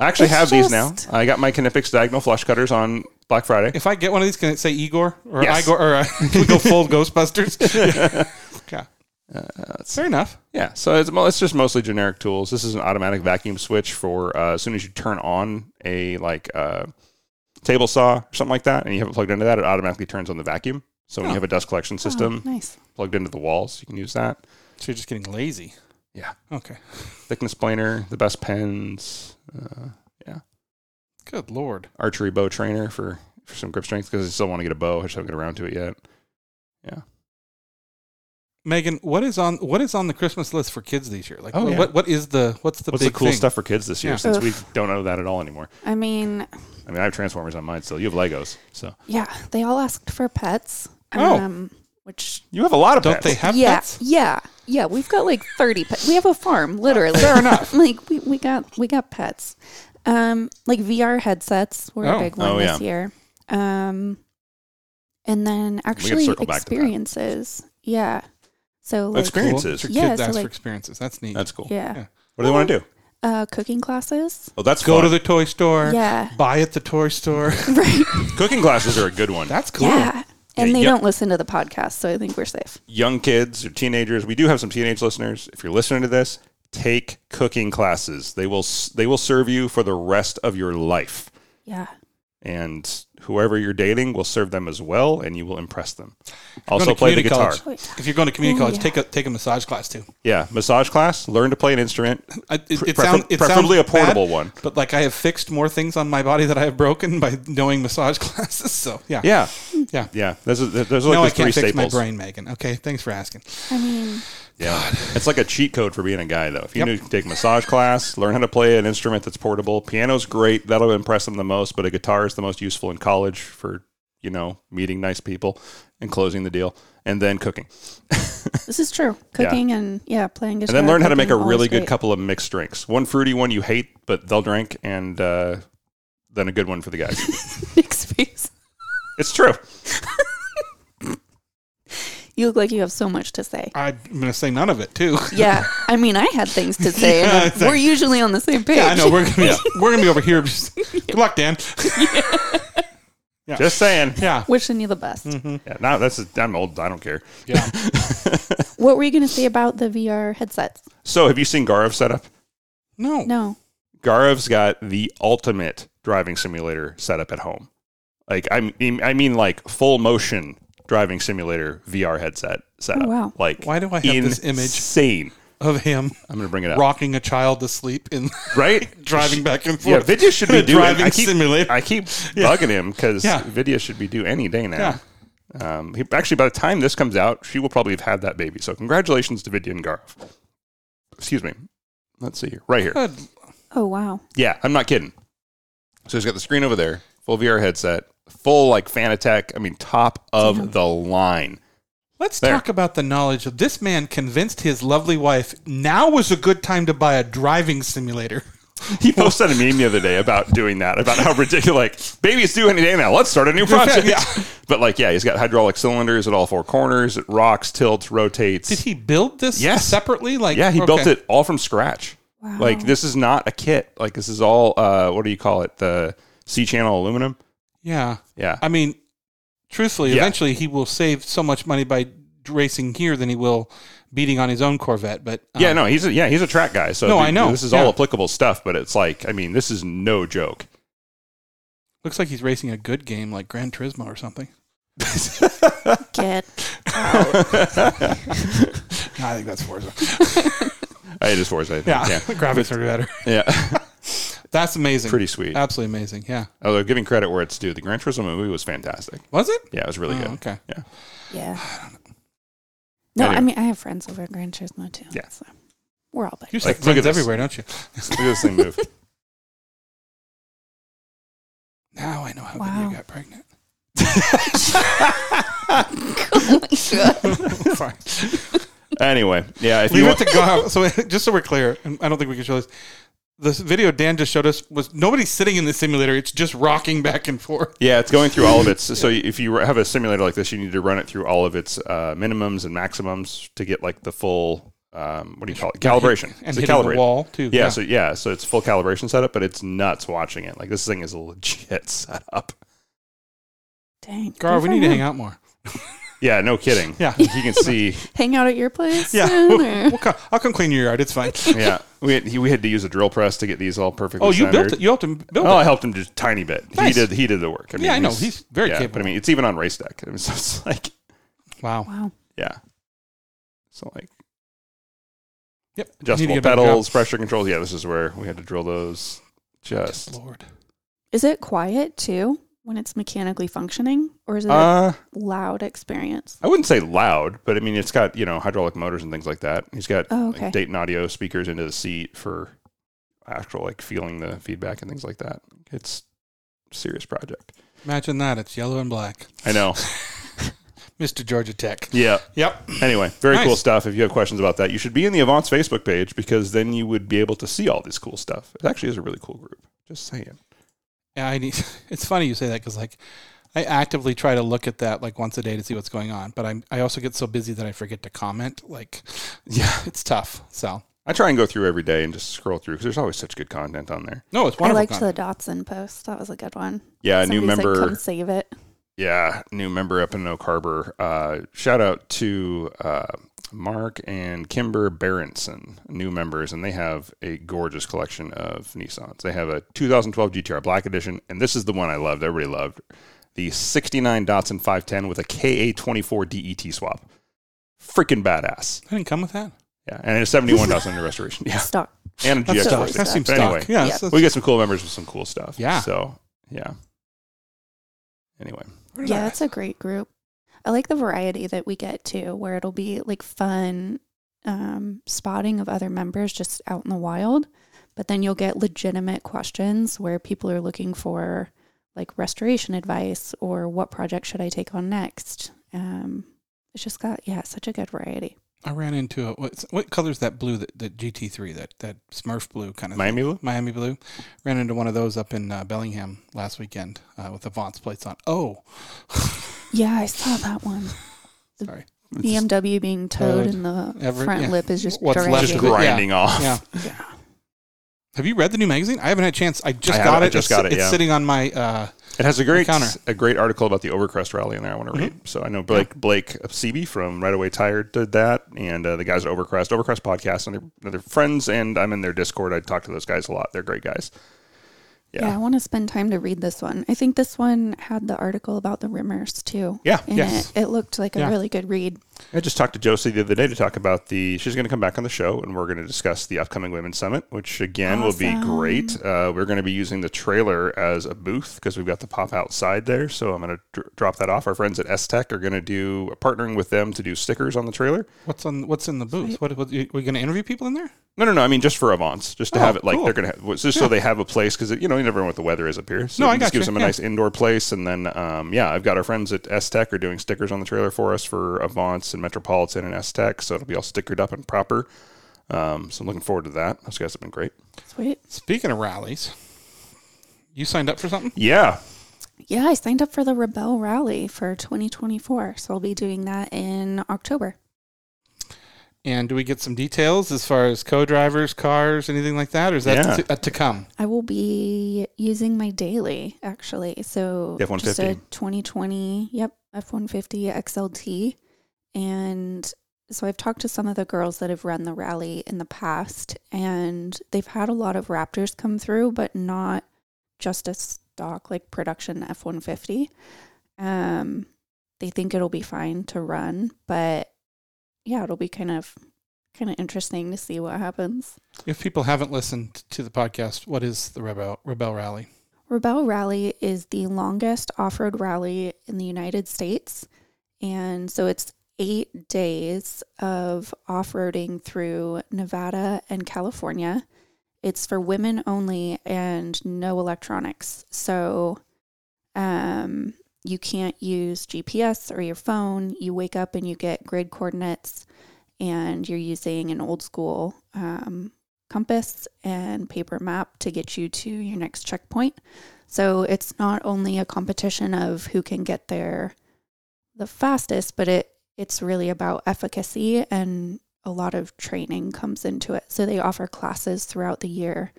[SPEAKER 1] I actually
[SPEAKER 3] It's
[SPEAKER 1] have these now.
[SPEAKER 3] just-
[SPEAKER 1] I got my Kinepix diagonal flush cutters on Black Friday.
[SPEAKER 2] If I get one of these, can it say Igor or
[SPEAKER 1] Yes.
[SPEAKER 2] Igor or uh, we go full Ghostbusters? yeah. Okay.
[SPEAKER 1] Uh,
[SPEAKER 2] Fair enough.
[SPEAKER 1] Yeah, so it's, mo- it's just mostly generic tools. This is an automatic vacuum switch for uh, as soon as you turn on a like uh, table saw or something like that, and you have it plugged into that, it automatically turns on the vacuum. So when you
[SPEAKER 2] Oh.
[SPEAKER 1] have a dust collection system
[SPEAKER 3] Oh, nice.
[SPEAKER 1] plugged into the walls, you can use that.
[SPEAKER 2] So you're just getting lazy.
[SPEAKER 1] Yeah,
[SPEAKER 2] Okay.
[SPEAKER 1] thickness planer, the best pens, uh,
[SPEAKER 2] Good lord.
[SPEAKER 1] archery bow trainer for, for some grip strength because I still want to get a bow. I just haven't got around to it yet.
[SPEAKER 2] Megan, what is on what is on the Christmas list for kids this year? Like,
[SPEAKER 1] Oh,
[SPEAKER 2] what,
[SPEAKER 1] yeah.
[SPEAKER 2] what what is the what's the
[SPEAKER 1] What's the
[SPEAKER 2] big
[SPEAKER 1] cool
[SPEAKER 2] thing?
[SPEAKER 1] stuff for kids this year
[SPEAKER 2] Yeah.
[SPEAKER 1] since
[SPEAKER 3] Ugh.
[SPEAKER 1] we don't know that at all anymore?
[SPEAKER 3] I mean,
[SPEAKER 1] I mean, I have Transformers on mine still. You have Legos. So
[SPEAKER 3] yeah, they all asked for pets.
[SPEAKER 2] Oh.
[SPEAKER 3] Um, which
[SPEAKER 1] you have a lot of
[SPEAKER 2] Don't
[SPEAKER 1] pets.
[SPEAKER 2] they have
[SPEAKER 3] yeah,
[SPEAKER 2] pets?
[SPEAKER 3] yeah, yeah. We've got like thirty pets. We have a farm, literally.
[SPEAKER 2] Fair enough.
[SPEAKER 3] like we, we got we got pets. Um, like VR headsets were
[SPEAKER 2] Oh.
[SPEAKER 3] a big one
[SPEAKER 1] Oh,
[SPEAKER 3] this year. Um, and then actually
[SPEAKER 1] circle back to that.
[SPEAKER 3] experiences. Yeah. So like,
[SPEAKER 1] Experience- Experiences.
[SPEAKER 2] Cool. Your
[SPEAKER 3] Yeah,
[SPEAKER 2] kids
[SPEAKER 3] so
[SPEAKER 2] ask
[SPEAKER 3] like-
[SPEAKER 2] for experiences. That's neat.
[SPEAKER 1] That's cool.
[SPEAKER 3] yeah.
[SPEAKER 2] Yeah.
[SPEAKER 1] What do they want to do?
[SPEAKER 3] Uh, cooking classes.
[SPEAKER 1] Oh, that's
[SPEAKER 2] Go
[SPEAKER 1] fun.
[SPEAKER 2] to the toy store.
[SPEAKER 3] Yeah.
[SPEAKER 2] Buy at the toy store.
[SPEAKER 3] Right.
[SPEAKER 1] cooking classes are a good one.
[SPEAKER 2] That's cool.
[SPEAKER 3] Yeah. And
[SPEAKER 1] Yeah,
[SPEAKER 3] they
[SPEAKER 1] yep.
[SPEAKER 3] don't listen to the podcast, so I think we're safe.
[SPEAKER 1] Young kids or teenagers. We do have some teenage listeners. If you're listening to this, take cooking classes. They will s- they will serve you for the rest of your life.
[SPEAKER 3] Yeah.
[SPEAKER 1] And whoever you're dating will serve them as well, and you will impress them.
[SPEAKER 2] going
[SPEAKER 1] Also,
[SPEAKER 2] to
[SPEAKER 1] play the
[SPEAKER 2] community
[SPEAKER 1] guitar.
[SPEAKER 2] college. If you're going to community
[SPEAKER 3] Oh,
[SPEAKER 2] college,
[SPEAKER 3] yeah.
[SPEAKER 2] take a take a massage class too.
[SPEAKER 1] Yeah, massage class. Learn to play an instrument.
[SPEAKER 2] I, it,
[SPEAKER 1] Pre-
[SPEAKER 2] it sounds
[SPEAKER 1] prefer-
[SPEAKER 2] it
[SPEAKER 1] preferably
[SPEAKER 2] sounds
[SPEAKER 1] a portable
[SPEAKER 2] bad,
[SPEAKER 1] one.
[SPEAKER 2] but like I have fixed more things on my body that I have broken by knowing massage classes. So yeah,
[SPEAKER 1] Yeah,
[SPEAKER 2] yeah.
[SPEAKER 1] yeah. There's a, there's like
[SPEAKER 2] No, I
[SPEAKER 1] those three
[SPEAKER 2] can't fix
[SPEAKER 1] staples.
[SPEAKER 2] my brain, Megan. Okay, thanks for asking.
[SPEAKER 3] I mean,
[SPEAKER 1] Yeah, it's like a cheat code for being a guy, though. If you
[SPEAKER 2] Yep.
[SPEAKER 1] need to take massage class, learn how to play an instrument that's portable. Piano's great; that'll impress them the most. But a guitar is the most useful in college for you know meeting nice people and closing the deal, and then cooking,
[SPEAKER 3] this is true. Cooking and yeah, playing guitar.
[SPEAKER 1] and then learn how to make a
[SPEAKER 3] cooking, always
[SPEAKER 1] really good
[SPEAKER 3] great.
[SPEAKER 1] couple of mixed drinks. One fruity, one you hate, but they'll drink, and uh, then a good one for the guys.
[SPEAKER 3] Nick's face.
[SPEAKER 1] it's true.
[SPEAKER 3] You look like you have so much to say.
[SPEAKER 2] I'm gonna say none of it too.
[SPEAKER 3] Yeah, I mean, I had things to say. and
[SPEAKER 2] Yeah,
[SPEAKER 3] I'm-
[SPEAKER 2] exactly.
[SPEAKER 3] we're usually on the same page.
[SPEAKER 2] Yeah, I know we're gonna be, we're gonna be over here. Just, good luck, Dan.
[SPEAKER 1] Just saying.
[SPEAKER 2] Yeah,
[SPEAKER 3] Wishing you the best.
[SPEAKER 1] Yeah, no, that's I'm old. I don't care.
[SPEAKER 2] yeah.
[SPEAKER 3] What were you going to say about the VR headsets?
[SPEAKER 1] So, have you seen Garov setup?
[SPEAKER 2] No,
[SPEAKER 3] No.
[SPEAKER 1] Garov's got the ultimate driving simulator setup at home. Like I mean, I mean like full motion driving simulator VR headset setup.
[SPEAKER 3] Oh, wow.
[SPEAKER 1] Like
[SPEAKER 2] Why do I have this image?
[SPEAKER 1] Insane.
[SPEAKER 2] of him
[SPEAKER 1] I'm gonna bring it up.
[SPEAKER 2] rocking a child to sleep and
[SPEAKER 1] Right?
[SPEAKER 2] driving back and
[SPEAKER 1] Yeah,
[SPEAKER 2] forth.
[SPEAKER 1] Vidya should
[SPEAKER 2] in a
[SPEAKER 1] be doing.
[SPEAKER 2] driving
[SPEAKER 1] I keep,
[SPEAKER 2] simulator.
[SPEAKER 1] I keep bugging him because
[SPEAKER 2] Yeah.
[SPEAKER 1] Vidya should be due any day now. Um, he, actually, by the time this comes out, she will probably have had that baby. So congratulations to Vidya and Garov. Excuse me. Let's see here. Right here.
[SPEAKER 2] Good.
[SPEAKER 3] Oh, wow.
[SPEAKER 1] Yeah, I'm not kidding. So he's got the screen over there, full VR headset, full like Fanatec. I mean, top of the line.
[SPEAKER 2] Let's
[SPEAKER 1] There.
[SPEAKER 2] talk about the knowledge of this man convinced his lovely wife now was a good time to buy a driving simulator.
[SPEAKER 1] He posted a meme the other day about doing that, about how ridiculous. Like, baby's due any day now. Let's start a new project.
[SPEAKER 2] Yeah.
[SPEAKER 1] But like, yeah, he's got hydraulic cylinders at all four corners. It rocks, tilts, rotates.
[SPEAKER 2] Did he build this
[SPEAKER 1] Yes.
[SPEAKER 2] separately? Like
[SPEAKER 1] yeah, he
[SPEAKER 2] okay.
[SPEAKER 1] built it all from scratch.
[SPEAKER 3] Wow.
[SPEAKER 1] Like, this is not a kit. Like, this is all. Uh, what do you call it? The C channel aluminum.
[SPEAKER 2] Yeah.
[SPEAKER 1] Yeah.
[SPEAKER 2] I mean, truthfully,
[SPEAKER 1] Yeah.
[SPEAKER 2] eventually he will save so much money by racing here than he will beating on his own Corvette. But um,
[SPEAKER 1] Yeah, no, he's a, yeah, he's a track guy. So
[SPEAKER 2] No,
[SPEAKER 1] th-
[SPEAKER 2] I know.
[SPEAKER 1] this is
[SPEAKER 2] Yeah.
[SPEAKER 1] all applicable stuff, but it's like, I mean, this is no joke.
[SPEAKER 2] looks like he's racing a good game like Gran Turismo or something.
[SPEAKER 3] Get.
[SPEAKER 2] No, I think that's Forza.
[SPEAKER 1] I just Forza. I think.
[SPEAKER 2] Yeah,
[SPEAKER 1] Yeah,
[SPEAKER 2] graphics are better.
[SPEAKER 1] yeah,
[SPEAKER 2] That's amazing.
[SPEAKER 1] pretty sweet.
[SPEAKER 2] Absolutely amazing. Yeah.
[SPEAKER 1] Although giving credit where it's due, the Gran Turismo movie was fantastic.
[SPEAKER 2] Was it?
[SPEAKER 1] Yeah, it was really
[SPEAKER 2] Oh,
[SPEAKER 1] good.
[SPEAKER 2] Okay.
[SPEAKER 1] Yeah,
[SPEAKER 3] Yeah. No,
[SPEAKER 1] Anyway.
[SPEAKER 3] I mean, I have friends over at Gran Turismo, too.
[SPEAKER 1] Yeah.
[SPEAKER 3] So we're all buddies.
[SPEAKER 2] You just
[SPEAKER 1] Like,
[SPEAKER 2] have
[SPEAKER 1] look at
[SPEAKER 2] friends
[SPEAKER 1] this.
[SPEAKER 2] everywhere, don't you?
[SPEAKER 1] look at this thing move.
[SPEAKER 2] Now I know how
[SPEAKER 3] Wow.
[SPEAKER 2] good you got pregnant.
[SPEAKER 3] Oh my God.
[SPEAKER 2] Fine.
[SPEAKER 1] Anyway, yeah, if
[SPEAKER 2] We
[SPEAKER 1] you
[SPEAKER 2] went
[SPEAKER 1] want,
[SPEAKER 2] to go. So just so we're clear, and I don't think we can show this. This video Dan just showed us was nobody sitting in the simulator. It's just rocking back and forth.
[SPEAKER 1] yeah, it's going through all of its. So if you have a simulator like this, you need to run it through all of its uh, minimums and maximums to get like the full. Um, what do you call it? Calibration.
[SPEAKER 2] and
[SPEAKER 1] to
[SPEAKER 2] hitting
[SPEAKER 1] calibrate.
[SPEAKER 2] the wall too.
[SPEAKER 1] Yeah, so yeah, so it's full calibration setup, but it's nuts watching it. Like this thing is a legit setup.
[SPEAKER 3] Dang.
[SPEAKER 2] Gar,
[SPEAKER 3] Good
[SPEAKER 2] we
[SPEAKER 3] for
[SPEAKER 2] need to
[SPEAKER 3] him.
[SPEAKER 2] hang out more.
[SPEAKER 1] Yeah, no kidding.
[SPEAKER 2] Yeah.
[SPEAKER 1] you can see.
[SPEAKER 3] Hang out at your place?
[SPEAKER 2] Yeah,
[SPEAKER 3] soon,
[SPEAKER 2] we'll,
[SPEAKER 3] or-
[SPEAKER 2] we'll co- I'll come clean your yard. It's fine.
[SPEAKER 1] Yeah, we had, he, we had to use a drill press to get these all perfectly.
[SPEAKER 2] oh, you built
[SPEAKER 1] centered.
[SPEAKER 2] it. You helped him build
[SPEAKER 1] Oh, I
[SPEAKER 2] it.
[SPEAKER 1] helped him just a tiny bit.
[SPEAKER 2] Nice.
[SPEAKER 1] He did he did the work. I
[SPEAKER 2] Yeah, I know. He's very
[SPEAKER 1] yeah, But
[SPEAKER 2] capable.
[SPEAKER 1] I mean, it's even on race deck. I mean, so it's like
[SPEAKER 2] Wow.
[SPEAKER 3] Wow.
[SPEAKER 1] yeah, so like
[SPEAKER 2] Yep. You need to
[SPEAKER 1] adjustable
[SPEAKER 2] get a better
[SPEAKER 1] pedals,
[SPEAKER 2] job.
[SPEAKER 1] pressure controls. Yeah, this is where we had to drill those. Just
[SPEAKER 2] Lord.
[SPEAKER 3] Is it quiet, too? when it's mechanically functioning, or is it a
[SPEAKER 1] Uh,
[SPEAKER 3] loud experience?
[SPEAKER 1] I wouldn't say loud, but I mean, it's got, you know, hydraulic motors and things like that. He's got
[SPEAKER 3] Oh,
[SPEAKER 1] like,
[SPEAKER 3] okay.
[SPEAKER 1] Dayton audio speakers into the seat for actual, like, feeling the feedback and things like that. It's a serious project.
[SPEAKER 2] Imagine that. It's yellow and black.
[SPEAKER 1] I know.
[SPEAKER 2] Mr. Georgia Tech.
[SPEAKER 1] yeah.
[SPEAKER 2] Yep.
[SPEAKER 1] Anyway, very
[SPEAKER 2] Nice.
[SPEAKER 1] cool stuff. If you have questions about that, you should be in the Avant's Facebook page because then you would be able to see all this cool stuff. It actually is a really cool group. Just saying.
[SPEAKER 2] Yeah, I need, it's funny you say that because like I actively try to look at that like once a day to see what's going on, but I'm I also get so busy that I forget to comment. Like, yeah, it's tough. So
[SPEAKER 1] I try and go through every day and just scroll through because there's always such good content on there.
[SPEAKER 2] no, it's
[SPEAKER 3] I
[SPEAKER 2] wonderful.
[SPEAKER 3] liked
[SPEAKER 2] content.
[SPEAKER 3] the Dotson post. That was a good one.
[SPEAKER 1] Yeah, a new
[SPEAKER 3] Somebody's
[SPEAKER 1] member.
[SPEAKER 3] Like, Come save it.
[SPEAKER 1] yeah, new member up in Oak Harbor. Uh, shout out to uh, Mark and Kimber Berenson, new members, and they have a gorgeous collection of Nissans. They have a 2012 GTR Black Edition, and this is the one I loved. Everybody loved the 69 Datsun 510 with a KA24 DET swap. Freaking badass.
[SPEAKER 2] I didn't come with that.
[SPEAKER 1] Yeah, and a 71 Datsun under restoration. Yeah,
[SPEAKER 3] Stock.
[SPEAKER 1] and a
[SPEAKER 3] That's
[SPEAKER 1] GX.
[SPEAKER 3] stock.
[SPEAKER 1] Force.
[SPEAKER 2] That
[SPEAKER 3] Stuff.
[SPEAKER 2] seems
[SPEAKER 1] But
[SPEAKER 2] stock.
[SPEAKER 1] anyway,
[SPEAKER 2] yeah,
[SPEAKER 3] yeah.
[SPEAKER 2] that's-
[SPEAKER 1] We get some cool members with some cool stuff.
[SPEAKER 2] Yeah.
[SPEAKER 1] So, yeah. Anyway.
[SPEAKER 2] where did I-
[SPEAKER 3] Yeah, it's a great group. I like the variety that we get too, where it'll be like fun um, spotting of other members just out in the wild. But then you'll get legitimate questions where people are looking for like restoration advice or what project should I take on next. Um, it's just got, yeah, such a good variety.
[SPEAKER 2] I ran into a what, what color's that blue that, that GT3 that that Smurf blue kind of thing?
[SPEAKER 1] Miami Blue?
[SPEAKER 2] Miami blue. Ran into one of those up in uh, Bellingham last weekend uh, with the Vaughn's plates on. Oh,
[SPEAKER 3] Yeah, I saw that one. The
[SPEAKER 2] Sorry.
[SPEAKER 3] BMW being towed
[SPEAKER 2] Towed.
[SPEAKER 3] and the
[SPEAKER 2] Every-
[SPEAKER 3] front
[SPEAKER 2] yeah.
[SPEAKER 3] lip is just
[SPEAKER 2] What's left
[SPEAKER 1] Just
[SPEAKER 2] of it, yeah.
[SPEAKER 1] grinding off.
[SPEAKER 2] yeah.
[SPEAKER 3] Yeah.
[SPEAKER 2] Have you read the new magazine? I haven't had a chance. I just
[SPEAKER 1] I
[SPEAKER 2] got
[SPEAKER 1] haven't. I
[SPEAKER 2] it.
[SPEAKER 1] just
[SPEAKER 2] it's,
[SPEAKER 1] got it,
[SPEAKER 2] It's
[SPEAKER 1] yeah.
[SPEAKER 2] sitting on my. Uh,
[SPEAKER 1] It has a great
[SPEAKER 2] counter. Mm-hmm.
[SPEAKER 1] a great article about the Overcrest rally in there. I want to read. So I know Blake Blake Seeby from Right Away Tired did that, and uh, the guys at Overcrest Overcrest podcast, and they're, they're friends. And I'm in their Discord. I talk to those guys a lot. They're great guys.
[SPEAKER 3] Yeah,
[SPEAKER 1] Yeah.
[SPEAKER 3] I want to spend time to read this one. I think this one had the article about the Rimmers too.
[SPEAKER 1] Yeah,
[SPEAKER 3] And
[SPEAKER 1] yes.
[SPEAKER 3] it, it looked like
[SPEAKER 2] Yeah.
[SPEAKER 3] a really good read.
[SPEAKER 1] I just talked to Josie the other day to talk about the. She's going to come back on the show, and we're going to discuss the upcoming Women's Summit, which again will be
[SPEAKER 3] Awesome.
[SPEAKER 1] great. Uh, we're going to be using the trailer as a booth because we've got the pop outside there. So I'm going to dr- drop that off. Our friends at S Tech are going to do partnering with them to do stickers on the trailer.
[SPEAKER 2] what's on? What's in the booth?
[SPEAKER 3] Sweet.
[SPEAKER 2] What? what you- we're going to interview people in there?
[SPEAKER 1] No, no, no. I mean, just for avants, just to
[SPEAKER 2] Oh,
[SPEAKER 1] have it like
[SPEAKER 2] cool.
[SPEAKER 1] they're gonna have, just
[SPEAKER 2] Yeah.
[SPEAKER 1] so they have a place because you know you never know what the weather is up here. So
[SPEAKER 2] No,
[SPEAKER 1] it
[SPEAKER 2] I
[SPEAKER 1] just
[SPEAKER 2] gotcha,
[SPEAKER 1] gives them a
[SPEAKER 2] yeah.
[SPEAKER 1] nice indoor place, and then um, yeah, I've got our friends at S Tech are doing stickers on the trailer for us for avants and Metropolitan and S Tech, so it'll be all stickered up and proper. Um, so I'm looking forward to that. Those guys have been great.
[SPEAKER 3] Sweet.
[SPEAKER 2] Speaking of rallies, you signed up for something?
[SPEAKER 1] Yeah,
[SPEAKER 3] Yeah, I signed up for the Rebel Rally for 2024. So I'll be doing that in October.
[SPEAKER 2] And do we get some details as far as co-drivers, cars, anything like that, or is that
[SPEAKER 1] Yeah.
[SPEAKER 2] to, uh, to come?
[SPEAKER 3] I will be using my daily actually. So
[SPEAKER 1] The F-150.
[SPEAKER 3] just a 2020, yep, F150 XLT. And so I've talked to some of the girls that have run the rally in the past and they've had a lot of Raptors come through, but not just a stock like production F150. Um they think it'll be fine to run, but yeah, it'll be kind of kind of interesting to see what happens.
[SPEAKER 2] If people haven't listened to the podcast, what is the Rebel Rebel Rally?
[SPEAKER 3] Rebel Rally is the longest off road rally in the United States. And so it's eight days of off roading through Nevada and California. It's for women only and no electronics. So um, you can't use GPS or your phone. You wake up and you get grid coordinates, and you're using an old school um, compass and paper map to get you to your next checkpoint. So it's not only a competition of who can get there the fastest, but it it's really about efficacy and a lot of training comes into it. So they offer classes throughout the year,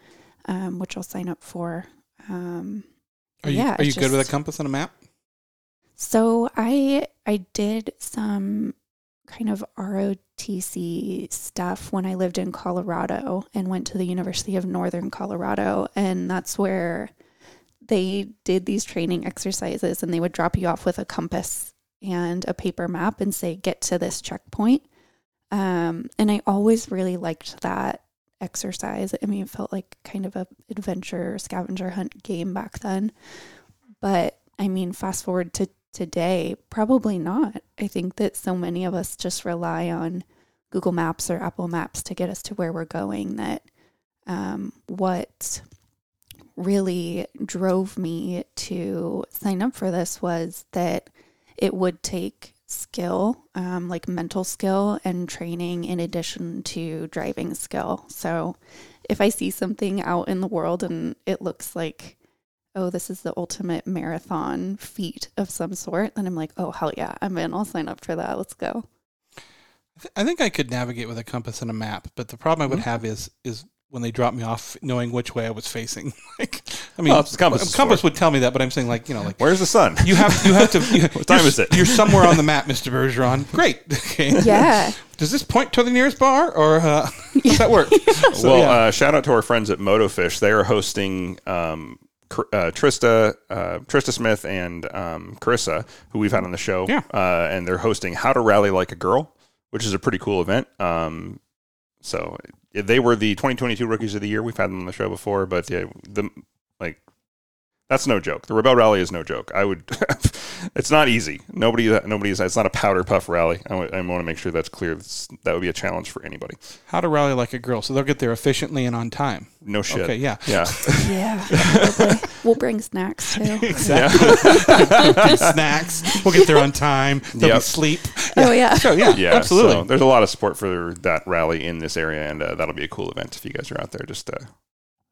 [SPEAKER 3] um, which I'll sign up for. Um,
[SPEAKER 2] Are you
[SPEAKER 3] Yeah,
[SPEAKER 2] are you
[SPEAKER 3] it's
[SPEAKER 2] good with a
[SPEAKER 3] just-
[SPEAKER 2] compass and a map?
[SPEAKER 3] so I I did some kind of ROTC stuff when I lived in Colorado and went to the University of Northern Colorado and that's where they did these training exercises and they would drop you off with a compass and a paper map and say get to this checkpoint. Um, and I always really liked that exercise. I mean, it felt like kind of a adventure scavenger hunt game back then but I I mean, fast forward to today, probably not. I think that so many of us just rely on Google Maps or Apple Maps to get us to where we're going that um, what really drove me to sign up for this was that it would take skill, um, like mental skill and training, in addition to driving skill. So if I see something out in the world and it looks like, oh, this is the ultimate marathon feat of some sort, then I'm like, oh, hell yeah, I'm in. I'll sign up for that. Let's go.
[SPEAKER 2] I th- I think I could navigate with a compass and a map, but the problem I would have is is when they dropped me off, knowing which way I was facing. like, I mean,
[SPEAKER 1] Well, it's compass
[SPEAKER 2] a compass
[SPEAKER 1] for.
[SPEAKER 2] would tell me that, but I'm saying like you know like
[SPEAKER 1] Where's the sun?
[SPEAKER 2] you have you have to. You,
[SPEAKER 1] What time
[SPEAKER 2] you're-
[SPEAKER 1] is it?
[SPEAKER 2] You're somewhere on the map, Mister Bergeron. Great. Okay.
[SPEAKER 3] Yeah.
[SPEAKER 2] Does this point to the nearest bar, or uh, does that work? So,
[SPEAKER 1] well,
[SPEAKER 2] yeah.
[SPEAKER 1] uh, shout out to our friends at Motofish. They are hosting um, Cr- uh, Trista, uh, Trista Smith, and um, Carissa, who we've had on the show.
[SPEAKER 2] Yeah.
[SPEAKER 1] Uh, and they're hosting How to Rally Like a Girl, which is a pretty cool event. Um, so they were the 2022 Rookies of the Year. We've had them on the show before, but yeah, the like that's no joke. The Rebel Rally is no joke. I would. it's not easy. Nobody. Nobody is. It's not a powder puff rally. I want to make sure that's clear. It's, that would be a challenge for anybody.
[SPEAKER 2] how to rally like a girl, so they'll get there efficiently and on time.
[SPEAKER 1] No shit.
[SPEAKER 2] Okay. Yeah.
[SPEAKER 1] Yeah.
[SPEAKER 3] Yeah. probably. we'll bring snacks too.
[SPEAKER 2] Snacks. We'll get there on time. They'll
[SPEAKER 1] Yep.
[SPEAKER 2] be sleep.
[SPEAKER 3] Oh, yeah.
[SPEAKER 2] So yeah,
[SPEAKER 1] Yeah,
[SPEAKER 2] absolutely.
[SPEAKER 1] So there's a lot of support for that rally in this area, and uh, that'll be a cool event if you guys are out there. Just uh,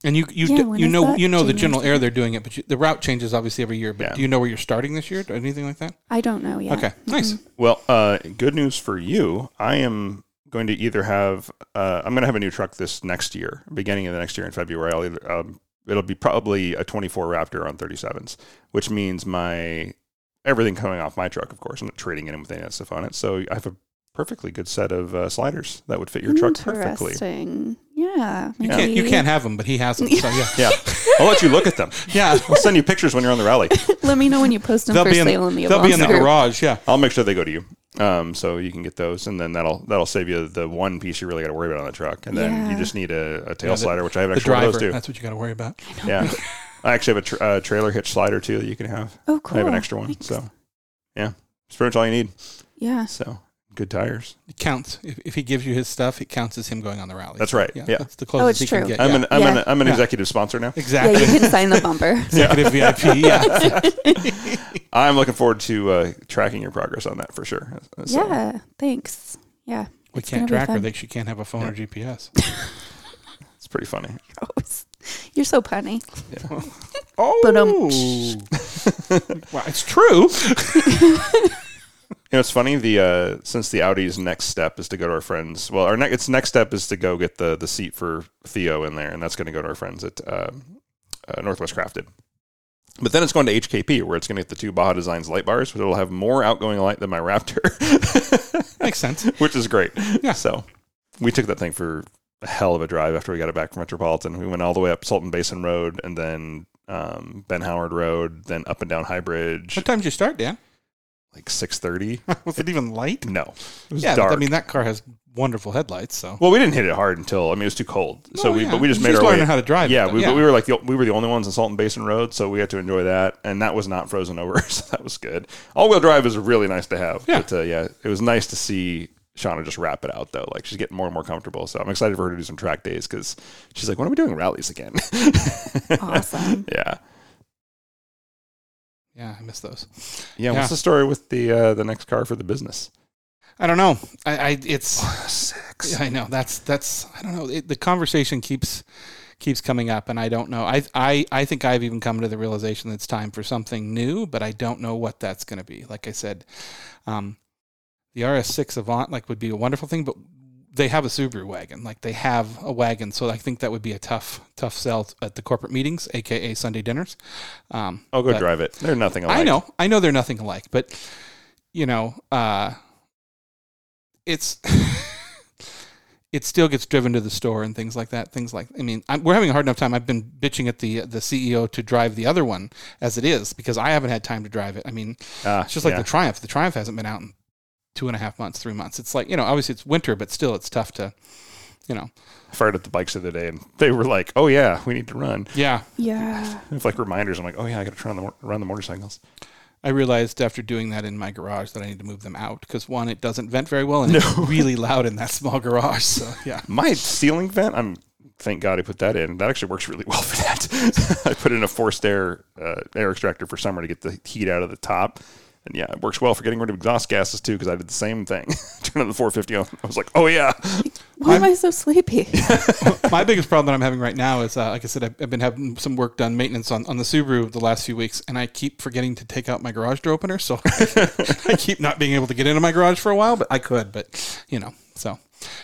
[SPEAKER 2] And you you
[SPEAKER 3] Yeah,
[SPEAKER 2] d-
[SPEAKER 3] when
[SPEAKER 2] you
[SPEAKER 3] is
[SPEAKER 2] know
[SPEAKER 3] that?
[SPEAKER 2] you know the
[SPEAKER 3] January
[SPEAKER 2] general area they're doing it, but you, the route changes obviously every year. But
[SPEAKER 1] Yeah.
[SPEAKER 2] do you know where you're starting this year? Or anything like that?
[SPEAKER 3] I don't know yet. Mm,
[SPEAKER 2] Okay, nice.
[SPEAKER 1] well, uh, good news for you. I am going to either have uh, I'm going to have a new truck this next year, beginning of the next year in February. I'll either, um, it'll be probably a 24 Raptor on 37s, which means my everything coming off my truck. Of course, I'm not trading in with any of that stuff on it. So I have a perfectly good set of uh, sliders that would fit your truck perfectly.
[SPEAKER 3] Interesting. Yeah.
[SPEAKER 2] You can't you can't have them, but he has them. So yeah,
[SPEAKER 1] Yeah, I'll let you look at them.
[SPEAKER 2] yeah.
[SPEAKER 1] I'll send you pictures when you're on the rally.
[SPEAKER 3] Let me know when you post them
[SPEAKER 2] They'll
[SPEAKER 3] for
[SPEAKER 2] be in
[SPEAKER 3] sale in the
[SPEAKER 2] they'll be in
[SPEAKER 3] Avance
[SPEAKER 2] the
[SPEAKER 3] group.
[SPEAKER 2] garage. Yeah.
[SPEAKER 1] I'll make sure they go to you. Um, so you can get those, and then that'll that'll save you the one piece you really got to worry about on the truck, and then you
[SPEAKER 3] Yeah.
[SPEAKER 1] just need a, a tail
[SPEAKER 2] Yeah, the-
[SPEAKER 1] slider, which I have
[SPEAKER 2] The
[SPEAKER 1] extra one of
[SPEAKER 2] driver.
[SPEAKER 1] those too.
[SPEAKER 2] That's what you got to worry about.
[SPEAKER 1] Yeah, I actually have a tra- uh, trailer hitch slider too that you can have.
[SPEAKER 3] Oh, cool.
[SPEAKER 1] I have an extra one,
[SPEAKER 3] Thanks.
[SPEAKER 1] so yeah, it's pretty much all you need.
[SPEAKER 3] Yeah.
[SPEAKER 1] So good tires.
[SPEAKER 2] It counts. If, if he gives you his stuff, it counts as him going on the rally.
[SPEAKER 1] That's right.
[SPEAKER 2] Yeah.
[SPEAKER 1] Yeah.
[SPEAKER 2] That's the closest
[SPEAKER 3] Oh, it's
[SPEAKER 2] he can
[SPEAKER 3] true.
[SPEAKER 2] get.
[SPEAKER 1] I'm
[SPEAKER 2] yeah.
[SPEAKER 1] an I'm
[SPEAKER 3] Yeah.
[SPEAKER 1] an I'm an
[SPEAKER 2] Yeah.
[SPEAKER 1] executive sponsor now.
[SPEAKER 3] Yeah,
[SPEAKER 2] exactly.
[SPEAKER 3] you can sign the bumper.
[SPEAKER 2] Executive VIP. Yeah.
[SPEAKER 1] I'm looking forward to uh, tracking your progress on that for sure. So,
[SPEAKER 3] Yeah. Thanks. Yeah.
[SPEAKER 2] We
[SPEAKER 3] It's
[SPEAKER 2] can't
[SPEAKER 3] gonna be
[SPEAKER 2] track her.
[SPEAKER 3] fun.
[SPEAKER 2] They, she can't have a phone or GPS.
[SPEAKER 1] it's pretty funny.
[SPEAKER 3] Gross. You're so punny.
[SPEAKER 2] Oh.
[SPEAKER 1] Oh.
[SPEAKER 2] well, it's true.
[SPEAKER 1] You know, it's funny. The uh, since the Audi's next step is to go to our friends. Well, our next its next step is to go get the the seat for Theo in there, and that's going to go to our friends at uh, uh, Northwest Crafted. But then it's going to HKP, where it's going to get the two Baja Designs light bars, which will have more outgoing light than my Raptor,
[SPEAKER 2] Makes sense.
[SPEAKER 1] which is great.
[SPEAKER 2] Yeah.
[SPEAKER 1] So we took that thing for a hell of a drive after we got it back from Metropolitan. We went all the way up Sultan Basin Road, and then um, Ben Howard Road, then up and down High Bridge,
[SPEAKER 2] What time did you start, Dan?
[SPEAKER 1] like six thirty.
[SPEAKER 2] Was it even light?
[SPEAKER 1] No, it was
[SPEAKER 2] Yeah.
[SPEAKER 1] dark.
[SPEAKER 2] But, I mean, that car has wonderful headlights. So.
[SPEAKER 1] Well, we didn't hit it hard until I mean it was too cold. so
[SPEAKER 2] Oh,
[SPEAKER 1] we
[SPEAKER 2] yeah.
[SPEAKER 1] but we just
[SPEAKER 2] He's
[SPEAKER 1] made our way.
[SPEAKER 2] learning how to drive. it,
[SPEAKER 1] yeah,
[SPEAKER 2] though.
[SPEAKER 1] we, but we were like the, we were the only ones on Salton Basin Road, so we had to enjoy that, and that was not frozen over, so that was good. All wheel drive is really nice to have.
[SPEAKER 2] Yeah.
[SPEAKER 1] But, uh, yeah, it was nice to see Shauna just wrap it out though. Like she's getting more and more comfortable, so I'm excited for her to do some track days because she's like, when are we doing rallies again?
[SPEAKER 3] Awesome.
[SPEAKER 1] yeah.
[SPEAKER 2] Yeah, I miss those.
[SPEAKER 1] yeah,
[SPEAKER 2] Yeah.
[SPEAKER 1] What's the story with the uh, the next car for the business?
[SPEAKER 2] I don't know. I, I it's
[SPEAKER 1] Six.
[SPEAKER 2] Yeah, I know. That's that's. I don't know. It, the conversation keeps keeps coming up, and I don't know. I I I think I've even come to the realization that it's time for something new, but I don't know what that's going to be. Like I said, um, the RS6 Avant like would be a wonderful thing, but they have a Subaru wagon. Like they have a wagon, so I think that would be a tough tough sell at the corporate meetings, aka Sunday dinners. Um,
[SPEAKER 1] I'll Oh, go
[SPEAKER 2] but-
[SPEAKER 1] drive it. They're nothing alike.
[SPEAKER 2] I know, I know they're nothing alike, but you know, uh, it's it still gets driven to the store and things like that. Things like, I mean, I'm, we're having a hard enough time. I've been bitching at the the CEO to drive the other one as it is because I haven't had time to drive it. I mean,
[SPEAKER 1] Ah,
[SPEAKER 2] it's just like
[SPEAKER 1] yeah.
[SPEAKER 2] the Triumph. The Triumph hasn't been out in two and a half months, three months. It's like you know, obviously it's winter, but still, it's tough to you know,
[SPEAKER 1] fired up the bikes the other day, and they were like, "Oh yeah, we need to run."
[SPEAKER 2] yeah.
[SPEAKER 3] Yeah.
[SPEAKER 1] It's like reminders. I'm like, "Oh yeah, I got to turn on the mo- run the motorcycles."
[SPEAKER 2] I realized after doing that in my garage that I need to move them out because one, it doesn't vent very well, and it's really loud in that small garage. So yeah,
[SPEAKER 1] My ceiling vent. I'm thank God I put that in. That actually works really well for that. I put in a forced air uh, air extractor for summer to get the heat out of the top. And yeah, it works well for getting rid of exhaust gases too, because I did the same thing. Turn on the 450 on. I was like, oh yeah.
[SPEAKER 3] Why am I so sleepy?
[SPEAKER 2] my biggest problem that I'm having right now is, uh, like I said, I've, I've been having some work done maintenance on, on the Subaru the last few weeks, and I keep forgetting to take out my garage door opener, so I keep not being able to get into my garage for a while. But I could, but you know, so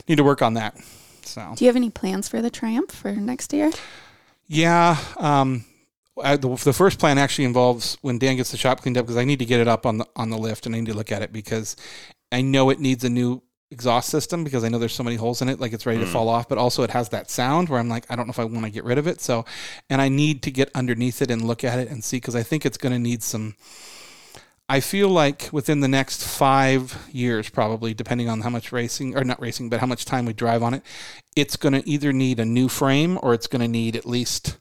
[SPEAKER 2] need to work on that. So
[SPEAKER 3] Do you have any plans for the Triumph for next year?
[SPEAKER 2] yeah, um, I, the, the first plan actually involves when Dan gets the shop cleaned up because I need to get it up on the on the lift and I need to look at it because I know it needs a new exhaust system because I know there's so many holes in it, like it's ready to fall off. But also, it has that sound where I'm like, I don't know if I want to get rid of it. So, and I need to get underneath it and look at it and see because I think it's going to need some. I feel like within the next five years, probably, depending on how much racing or not racing, but how much time we drive on it, it's going to either need a new frame or it's going to need at least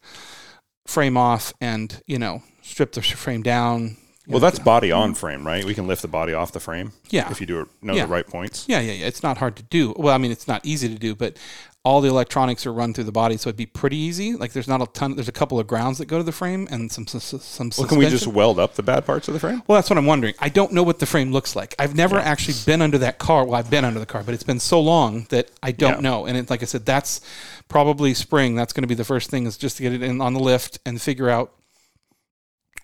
[SPEAKER 2] frame off and, you know, strip the frame down. you
[SPEAKER 1] Well,
[SPEAKER 2] know,
[SPEAKER 1] that's body on frame, right? We can lift the body off the frame.
[SPEAKER 2] Yeah.
[SPEAKER 1] If you do it, know
[SPEAKER 2] Yeah.
[SPEAKER 1] the right points.
[SPEAKER 2] Yeah, yeah, yeah. It's not hard to do. Well, I mean, it's not easy to do, but all the electronics are run through the body, so it'd be pretty easy. Like, there's not a ton. There's a couple of grounds that go to the frame and some some. some
[SPEAKER 1] Well, can we just
[SPEAKER 2] suspension.
[SPEAKER 1] weld up the bad parts of the frame?
[SPEAKER 2] Well, that's what I'm wondering. I don't know what the frame looks like. I've never actually been under that car. Well, I've been under the car, but it's been so long that I don't
[SPEAKER 1] Yeah.
[SPEAKER 2] know. And it, like I said, that's probably spring. That's going to be the first thing is just to get it in on the lift and figure out.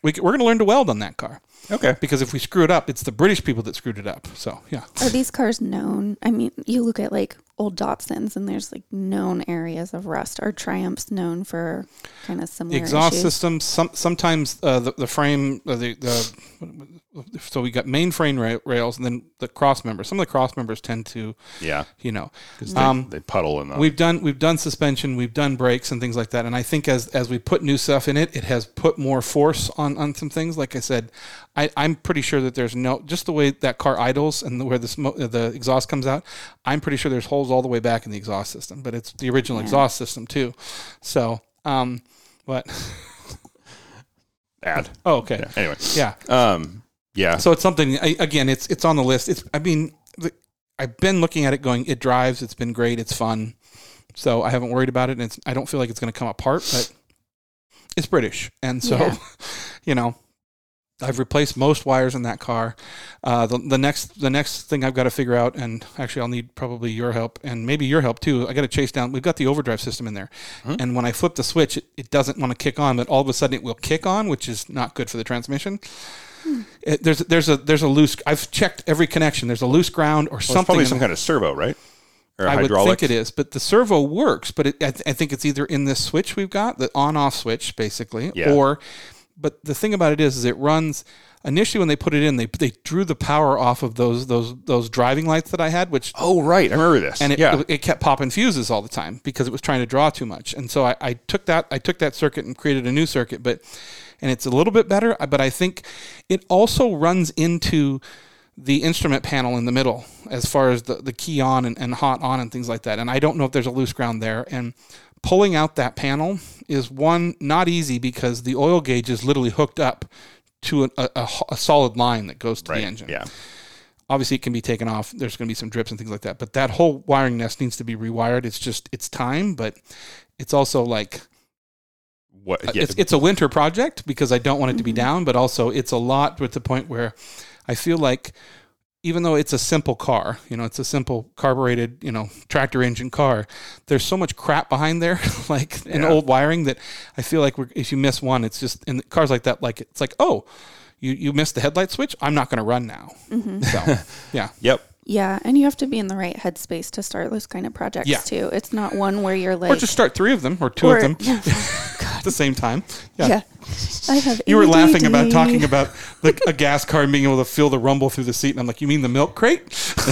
[SPEAKER 2] We, c- we're going to learn to weld on that car
[SPEAKER 1] Okay.
[SPEAKER 2] because if we screw it up, it's the British people that screwed it up. So yeah.
[SPEAKER 3] Are these cars known? I mean, you look at like old Datsuns and there's like known areas of rust. Are Triumphs known for kind of similar
[SPEAKER 2] exhaust
[SPEAKER 3] issues?
[SPEAKER 2] system. Some sometimes uh, the the frame uh, the the so we got main frame ra- rails and then the cross members. Some of the cross members tend to
[SPEAKER 1] Yeah.
[SPEAKER 2] you know
[SPEAKER 1] Because they,
[SPEAKER 2] Um,
[SPEAKER 1] they puddle in the.
[SPEAKER 2] we've done we've done suspension, we've done brakes and things like that. And I think as as we put new stuff in it, it has put more force on on some things. Like I said, I, I'm pretty sure that there's no just the way that car idles and the, where the smoke the exhaust comes out. I'm pretty sure there's holes all the way back in the exhaust system, but it's the original exhaust system too. So, um, but
[SPEAKER 1] add.
[SPEAKER 2] oh, okay.
[SPEAKER 1] Yeah. Anyway.
[SPEAKER 2] Yeah.
[SPEAKER 1] Um. Yeah.
[SPEAKER 2] So it's something. I, again, it's it's on the list. It's. I mean, the, I've been looking at it, going. It drives. It's been great. It's fun. So I haven't worried about it, and it's, I don't feel like it's going to come apart. But it's British, and so
[SPEAKER 3] Yeah.
[SPEAKER 2] you know, I've replaced most wires in that car. Uh, the, the next the next thing I've got to figure out, and actually I'll need probably your help and maybe your help too. I got to chase down. We've got the overdrive system in there,
[SPEAKER 1] Hmm?
[SPEAKER 2] and when I flip the switch, it, it doesn't want to kick on, but all of a sudden it will kick on, which is not good for the transmission. It, there's there's a there's a loose. I've checked every connection. There's a loose ground or
[SPEAKER 1] Well, it's
[SPEAKER 2] something.
[SPEAKER 1] probably
[SPEAKER 2] in
[SPEAKER 1] some
[SPEAKER 2] the-
[SPEAKER 1] kind of servo, right? Or
[SPEAKER 2] I would
[SPEAKER 1] hydraulic.
[SPEAKER 2] think it is, but the servo works. But it, I, th- I think it's either in this switch we've got, the on-off switch, basically,
[SPEAKER 1] Yeah.
[SPEAKER 2] or. But the thing about it is, is it runs. Initially, when they put it in, they they drew the power off of those those those driving lights that I had, which
[SPEAKER 1] Oh, right. I remember this.
[SPEAKER 2] and it,
[SPEAKER 1] yeah.
[SPEAKER 2] it, kept popping fuses all the time because it was trying to draw too much. And so I, I took that I took that circuit and created a new circuit, but and it's a little bit better. But I think it also runs into the instrument panel in the middle as far as the, the key on and, and hot on and things like that. And I don't know if there's a loose ground there. And pulling out that panel is one not easy because the oil gauge is literally hooked up to a, a, a h- a solid line that goes to
[SPEAKER 1] right.
[SPEAKER 2] the engine
[SPEAKER 1] Yeah.
[SPEAKER 2] obviously it can be taken off there's going to be some drips and things like that but that whole wiring nest needs to be rewired it's just it's time but it's also like uh,
[SPEAKER 1] What? Yeah.
[SPEAKER 2] it's, it's a winter project because i don't want it to be down but also it's a lot with the point where i feel like even though it's a simple car you know it's a simple carbureted you know tractor engine car there's so much crap behind there like an
[SPEAKER 1] Yeah.
[SPEAKER 2] old wiring that i feel like we're, if you miss one it's just in cars like that like it's like oh you, you missed the headlight switch i'm not going to run now so yeah
[SPEAKER 1] yep.
[SPEAKER 3] Mm-hmm. Yeah, and you have to be in the right headspace to start those kind of projects
[SPEAKER 2] Yeah.
[SPEAKER 3] too. It's not one where you're like
[SPEAKER 2] or just start three of them or two
[SPEAKER 3] or-
[SPEAKER 2] of them
[SPEAKER 3] Yeah.
[SPEAKER 2] at the same time. Yeah.
[SPEAKER 3] yeah. I have
[SPEAKER 2] You were laughing about
[SPEAKER 3] ADD.
[SPEAKER 2] talking about like a gas car and being able to feel the rumble through the seat, and I'm like, you mean the milk crate?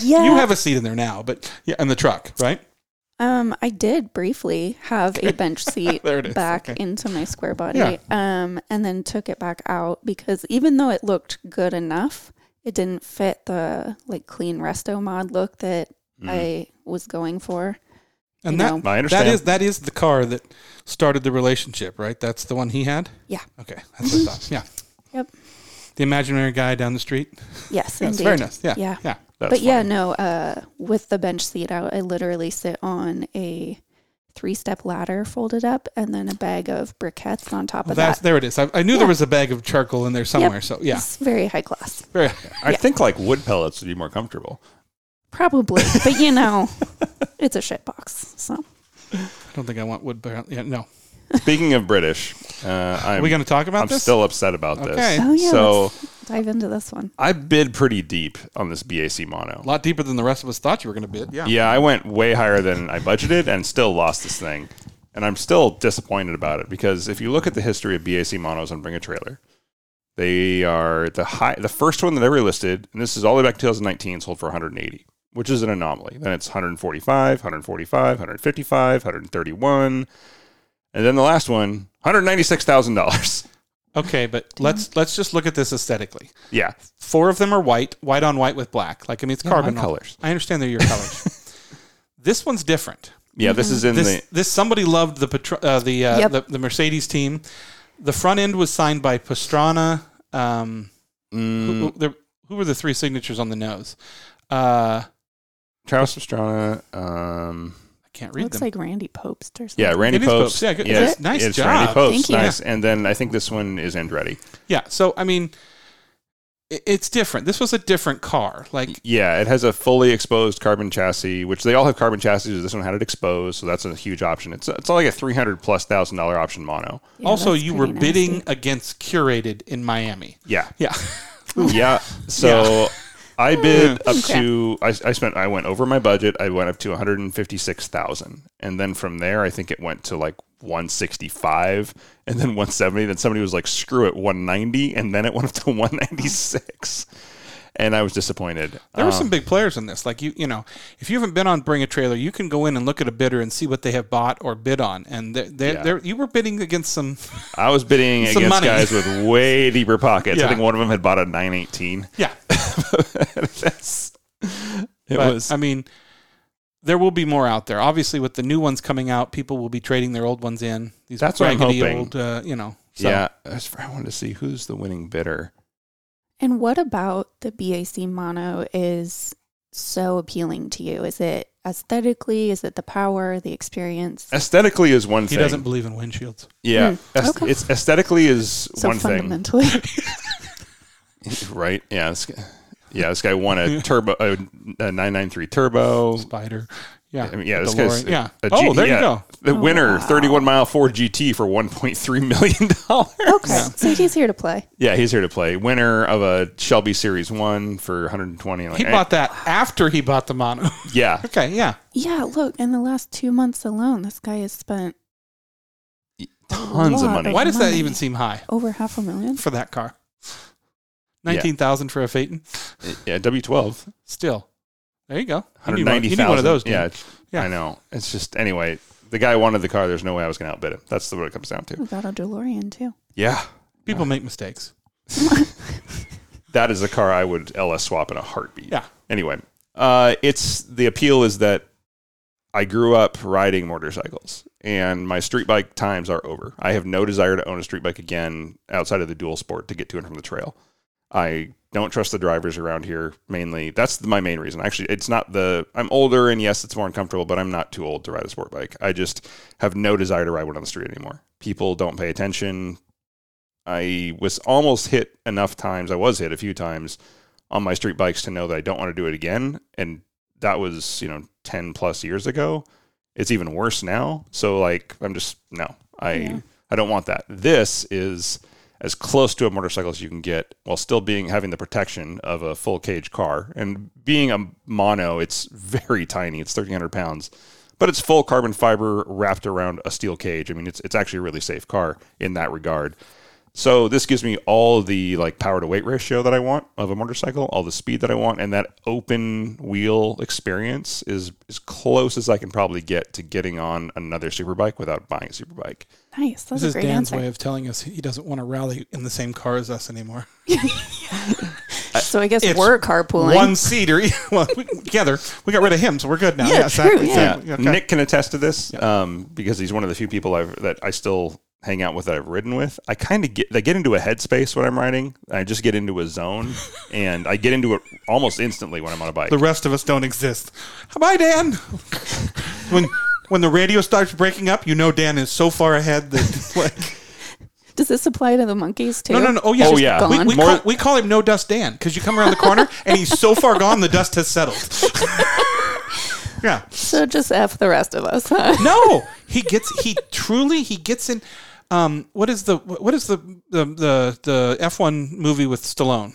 [SPEAKER 3] Yeah.
[SPEAKER 2] You have a seat in there now, but yeah, and the truck, right?
[SPEAKER 3] Um, I did briefly have a bench seat
[SPEAKER 2] There it is.
[SPEAKER 3] back
[SPEAKER 2] Okay.
[SPEAKER 3] into my square body.
[SPEAKER 2] Yeah.
[SPEAKER 3] Um, and then took it back out because even though it looked good enough, it didn't fit the like clean resto mod look that I was going
[SPEAKER 2] Mm.
[SPEAKER 3] for.
[SPEAKER 2] And
[SPEAKER 3] you
[SPEAKER 2] that
[SPEAKER 3] know.
[SPEAKER 1] I understand.
[SPEAKER 2] that is that is the car that started the relationship, right? That's the one he had.
[SPEAKER 3] Yeah.
[SPEAKER 2] Okay, that's what I thought. Yeah.
[SPEAKER 3] Yep.
[SPEAKER 2] The imaginary guy down the street.
[SPEAKER 3] Yes,
[SPEAKER 2] Yeah, it's
[SPEAKER 3] indeed.
[SPEAKER 2] very nice. Yeah.
[SPEAKER 3] Yeah.
[SPEAKER 2] Yeah.
[SPEAKER 1] That's
[SPEAKER 3] but yeah,
[SPEAKER 1] fine.
[SPEAKER 3] no, uh, with the bench seat out, I literally sit on a three step ladder folded up and then a bag of briquettes on top
[SPEAKER 2] Well,
[SPEAKER 3] of
[SPEAKER 2] that's
[SPEAKER 3] that.
[SPEAKER 2] there it is. I, I knew
[SPEAKER 3] Yeah.
[SPEAKER 2] there was a bag of charcoal in there somewhere. So yeah,
[SPEAKER 3] It's very high class.
[SPEAKER 2] very,
[SPEAKER 1] I think like wood pellets would be more comfortable.
[SPEAKER 3] Probably. but you know, it's a shit box. So
[SPEAKER 2] I don't think I want wood. But yeah, no.
[SPEAKER 1] Speaking of British, uh,
[SPEAKER 2] Are
[SPEAKER 1] I'm,
[SPEAKER 2] we going to talk about
[SPEAKER 1] I'm
[SPEAKER 2] this?
[SPEAKER 1] still upset about
[SPEAKER 2] Okay.
[SPEAKER 1] this.
[SPEAKER 3] Oh yeah.
[SPEAKER 1] So
[SPEAKER 3] let's dive into this one.
[SPEAKER 1] I bid pretty deep on this BAC mono.
[SPEAKER 2] a lot deeper than the rest of us thought you were going to bid. Yeah.
[SPEAKER 1] Yeah, I went way higher than I budgeted and still lost this thing. And I'm still disappointed about it because if you look at the history of BAC monos on Bring a Trailer, they are the high the first one that ever listed, and this is all the way back to 2019, sold for 180, which is an anomaly. Then it's 145, 145, 155, 131. And then the last one, $196,000.
[SPEAKER 2] Okay, but let's let's just look at this aesthetically.
[SPEAKER 1] yeah.
[SPEAKER 2] Four of them are white, white on white with black. Like I mean, it's carbon
[SPEAKER 1] my
[SPEAKER 2] all-
[SPEAKER 1] colors.
[SPEAKER 2] I understand they're your colors. this one's different.
[SPEAKER 1] Yeah, this is in
[SPEAKER 2] This
[SPEAKER 1] the
[SPEAKER 2] this somebody loved the Patr- uh, the, uh,
[SPEAKER 3] Yep.
[SPEAKER 2] the the Mercedes team. The front end was signed by Pastrana. Um,
[SPEAKER 1] mm,
[SPEAKER 2] who, who, there- who were the three signatures on the nose? Uh,
[SPEAKER 1] Travis Pastrana. Um,
[SPEAKER 2] I can't read
[SPEAKER 3] Looks
[SPEAKER 2] them.
[SPEAKER 3] like Randy Pope's or something.
[SPEAKER 1] yeah, Randy
[SPEAKER 2] It is Pope's.
[SPEAKER 1] Post.
[SPEAKER 2] Yeah, good-
[SPEAKER 3] Is
[SPEAKER 1] it's-
[SPEAKER 3] it?
[SPEAKER 2] Nice
[SPEAKER 1] it's
[SPEAKER 2] job.
[SPEAKER 1] Randy Post.
[SPEAKER 3] Thank you.
[SPEAKER 1] Nice. And then I think this one is Andretti.
[SPEAKER 2] yeah, so I mean, it, it's different. This was a different car. Like
[SPEAKER 1] Yeah, it has a fully exposed carbon chassis, which they all have carbon chassis. This one had it exposed, so that's a huge option. It's it's like a three hundred plus thousand dollar option mono.
[SPEAKER 3] Yeah,
[SPEAKER 2] also,
[SPEAKER 3] that's
[SPEAKER 2] you were
[SPEAKER 3] pretty
[SPEAKER 2] bidding
[SPEAKER 3] nasty.
[SPEAKER 2] against curated in Miami.
[SPEAKER 1] Yeah,
[SPEAKER 2] Yeah.
[SPEAKER 1] yeah. So I bid up
[SPEAKER 3] Okay.
[SPEAKER 1] to I, I spent I went over my budget. I went up to one hundred and fifty six thousand, and then from there I think it went to like one sixty five, and then one seventy. Then somebody was like, "Screw it, one ninety, and then it went up to one ninety six, and I was disappointed. Um,
[SPEAKER 2] There were
[SPEAKER 3] Oh.
[SPEAKER 2] some big players in this. Like you, you know, if you haven't been on Bring a Trailer, you can go in and look at a bidder and see what they have bought or bid on. And they're, they're,
[SPEAKER 1] Yeah.
[SPEAKER 2] they're, you were bidding against some.
[SPEAKER 1] I was bidding
[SPEAKER 2] Some
[SPEAKER 1] against
[SPEAKER 2] money.
[SPEAKER 1] guys with way deeper pockets. I
[SPEAKER 2] Yeah.
[SPEAKER 1] think one of them had bought a 918.
[SPEAKER 2] Yeah,
[SPEAKER 1] That's it
[SPEAKER 2] but
[SPEAKER 1] was
[SPEAKER 2] I mean, there will be more out there. Obviously, with the new ones coming out, people will be trading their old ones in. These
[SPEAKER 1] That's what I'm
[SPEAKER 2] raggedy
[SPEAKER 1] hoping.
[SPEAKER 2] old, uh, you know. So.
[SPEAKER 1] yeah. I was- I wanted to see who's the winning bidder.
[SPEAKER 3] And what about the BAC mono is so appealing to you? Is it aesthetically? Is it the power, the experience?
[SPEAKER 2] Uh,
[SPEAKER 1] Aesthetically is one
[SPEAKER 2] He
[SPEAKER 1] thing.
[SPEAKER 2] doesn't believe in windshields.
[SPEAKER 1] yeah,
[SPEAKER 3] Hmm,
[SPEAKER 1] Aes-
[SPEAKER 3] okay.
[SPEAKER 1] it's aesthetically is
[SPEAKER 3] So
[SPEAKER 1] one thing,
[SPEAKER 3] fundamentally.
[SPEAKER 1] right? Yeah, this, g- yeah. This guy won a turbo, a, a 993 turbo.
[SPEAKER 2] Spider. Yeah.
[SPEAKER 1] I mean, yeah,
[SPEAKER 2] The
[SPEAKER 1] this guy's
[SPEAKER 2] DeLorean. yeah.
[SPEAKER 1] a
[SPEAKER 2] oh,
[SPEAKER 1] G-
[SPEAKER 2] there
[SPEAKER 1] yeah.
[SPEAKER 2] you go.
[SPEAKER 1] The
[SPEAKER 3] Oh,
[SPEAKER 1] winner,
[SPEAKER 3] wow.
[SPEAKER 1] 31 mile Ford GT for 1.3 million dollars.
[SPEAKER 3] okay. So he's here to play.
[SPEAKER 1] Yeah, he's here to play. Winner of a Shelby Series One for 120. Like,
[SPEAKER 2] He
[SPEAKER 1] I-
[SPEAKER 2] bought that after he bought the mono.
[SPEAKER 1] Yeah,
[SPEAKER 2] okay. Yeah.
[SPEAKER 3] Yeah, look, in the last two months alone, this guy has spent
[SPEAKER 1] tons of
[SPEAKER 3] Wow.
[SPEAKER 1] money.
[SPEAKER 2] Why does that
[SPEAKER 3] Money.
[SPEAKER 2] even seem high
[SPEAKER 3] over half a million.
[SPEAKER 2] for that car?
[SPEAKER 1] Yeah.
[SPEAKER 2] Nineteen thousand for a Phaeton.
[SPEAKER 1] Yeah, W12,
[SPEAKER 2] Still, there you go. You need one-
[SPEAKER 1] 190,000.
[SPEAKER 2] You need one of those. dude.
[SPEAKER 1] Yeah, it's-
[SPEAKER 2] Yeah.
[SPEAKER 1] I know. It's just anyway, the guy wanted the car. There's no way I was going to outbid him. That's what it comes down to.
[SPEAKER 3] We got a DeLorean too.
[SPEAKER 1] Yeah,
[SPEAKER 2] People make mistakes.
[SPEAKER 1] that is a car I would LS swap in a heartbeat.
[SPEAKER 2] Yeah.
[SPEAKER 1] Anyway, uh, it's the appeal is that I grew up riding motorcycles, and my street bike times are over. I have no desire to own a street bike again outside of the dual sport to get to and from the trail. I don't trust the drivers around here mainly. That's my main reason. Actually, it's not the I'm older and yes, it's more uncomfortable, but I'm not too old to ride a sport bike. I just have no desire to ride one on the street anymore. People don't pay attention. I was almost hit enough times. I was hit a few times on my street bikes to know that I don't want to do it again. And that was, you know, 10 plus years ago. It's even worse now. So like I'm just no. I
[SPEAKER 3] Yeah.
[SPEAKER 1] I don't want that. This is as close to a motorcycle as you can get while still being having the protection of a full cage car and being a mono it's very tiny it's 1300 pounds but it's full carbon fiber wrapped around a steel cage i mean it's, it's actually a really safe car in that regard So this gives me all the like power to weight ratio that I want of a motorcycle, all the speed that I want, and that open wheel experience is as close as I can probably get to getting on another superbike without buying a superbike.
[SPEAKER 3] Nice.
[SPEAKER 2] This
[SPEAKER 3] That's
[SPEAKER 2] is
[SPEAKER 3] a great
[SPEAKER 2] Dan's
[SPEAKER 3] answer.
[SPEAKER 2] way of telling us he doesn't want to rally in the same car as us anymore.
[SPEAKER 3] so I guess
[SPEAKER 2] It's
[SPEAKER 3] we're carpooling.
[SPEAKER 2] One seater. well, we- together. We got rid of him, so we're good now.
[SPEAKER 3] Yeah, true,
[SPEAKER 2] exactly.
[SPEAKER 3] yeah.
[SPEAKER 2] exactly. Okay.
[SPEAKER 1] Nick can attest to this um, because he's one of the few people I've, that I still hang out with that I've ridden with. I kind of get I get into a headspace when I'm riding. I just get into a zone, and I get into it almost instantly when I'm on a bike.
[SPEAKER 2] The rest of us don't exist. Bye, Dan. when when the radio starts breaking up, you know Dan is so far ahead that like
[SPEAKER 3] Does this apply to the monkeys too?
[SPEAKER 2] no no no oh yeah
[SPEAKER 1] Oh, yeah.
[SPEAKER 2] we, we,
[SPEAKER 3] Gone.
[SPEAKER 2] call, we call him No Dust Dan because you come around the corner and he's so far gone the dust has settled. yeah.
[SPEAKER 3] So just F the rest of us, huh?
[SPEAKER 2] No, he gets he truly he gets in. Um, what is the what is the the the, the F one movie with Stallone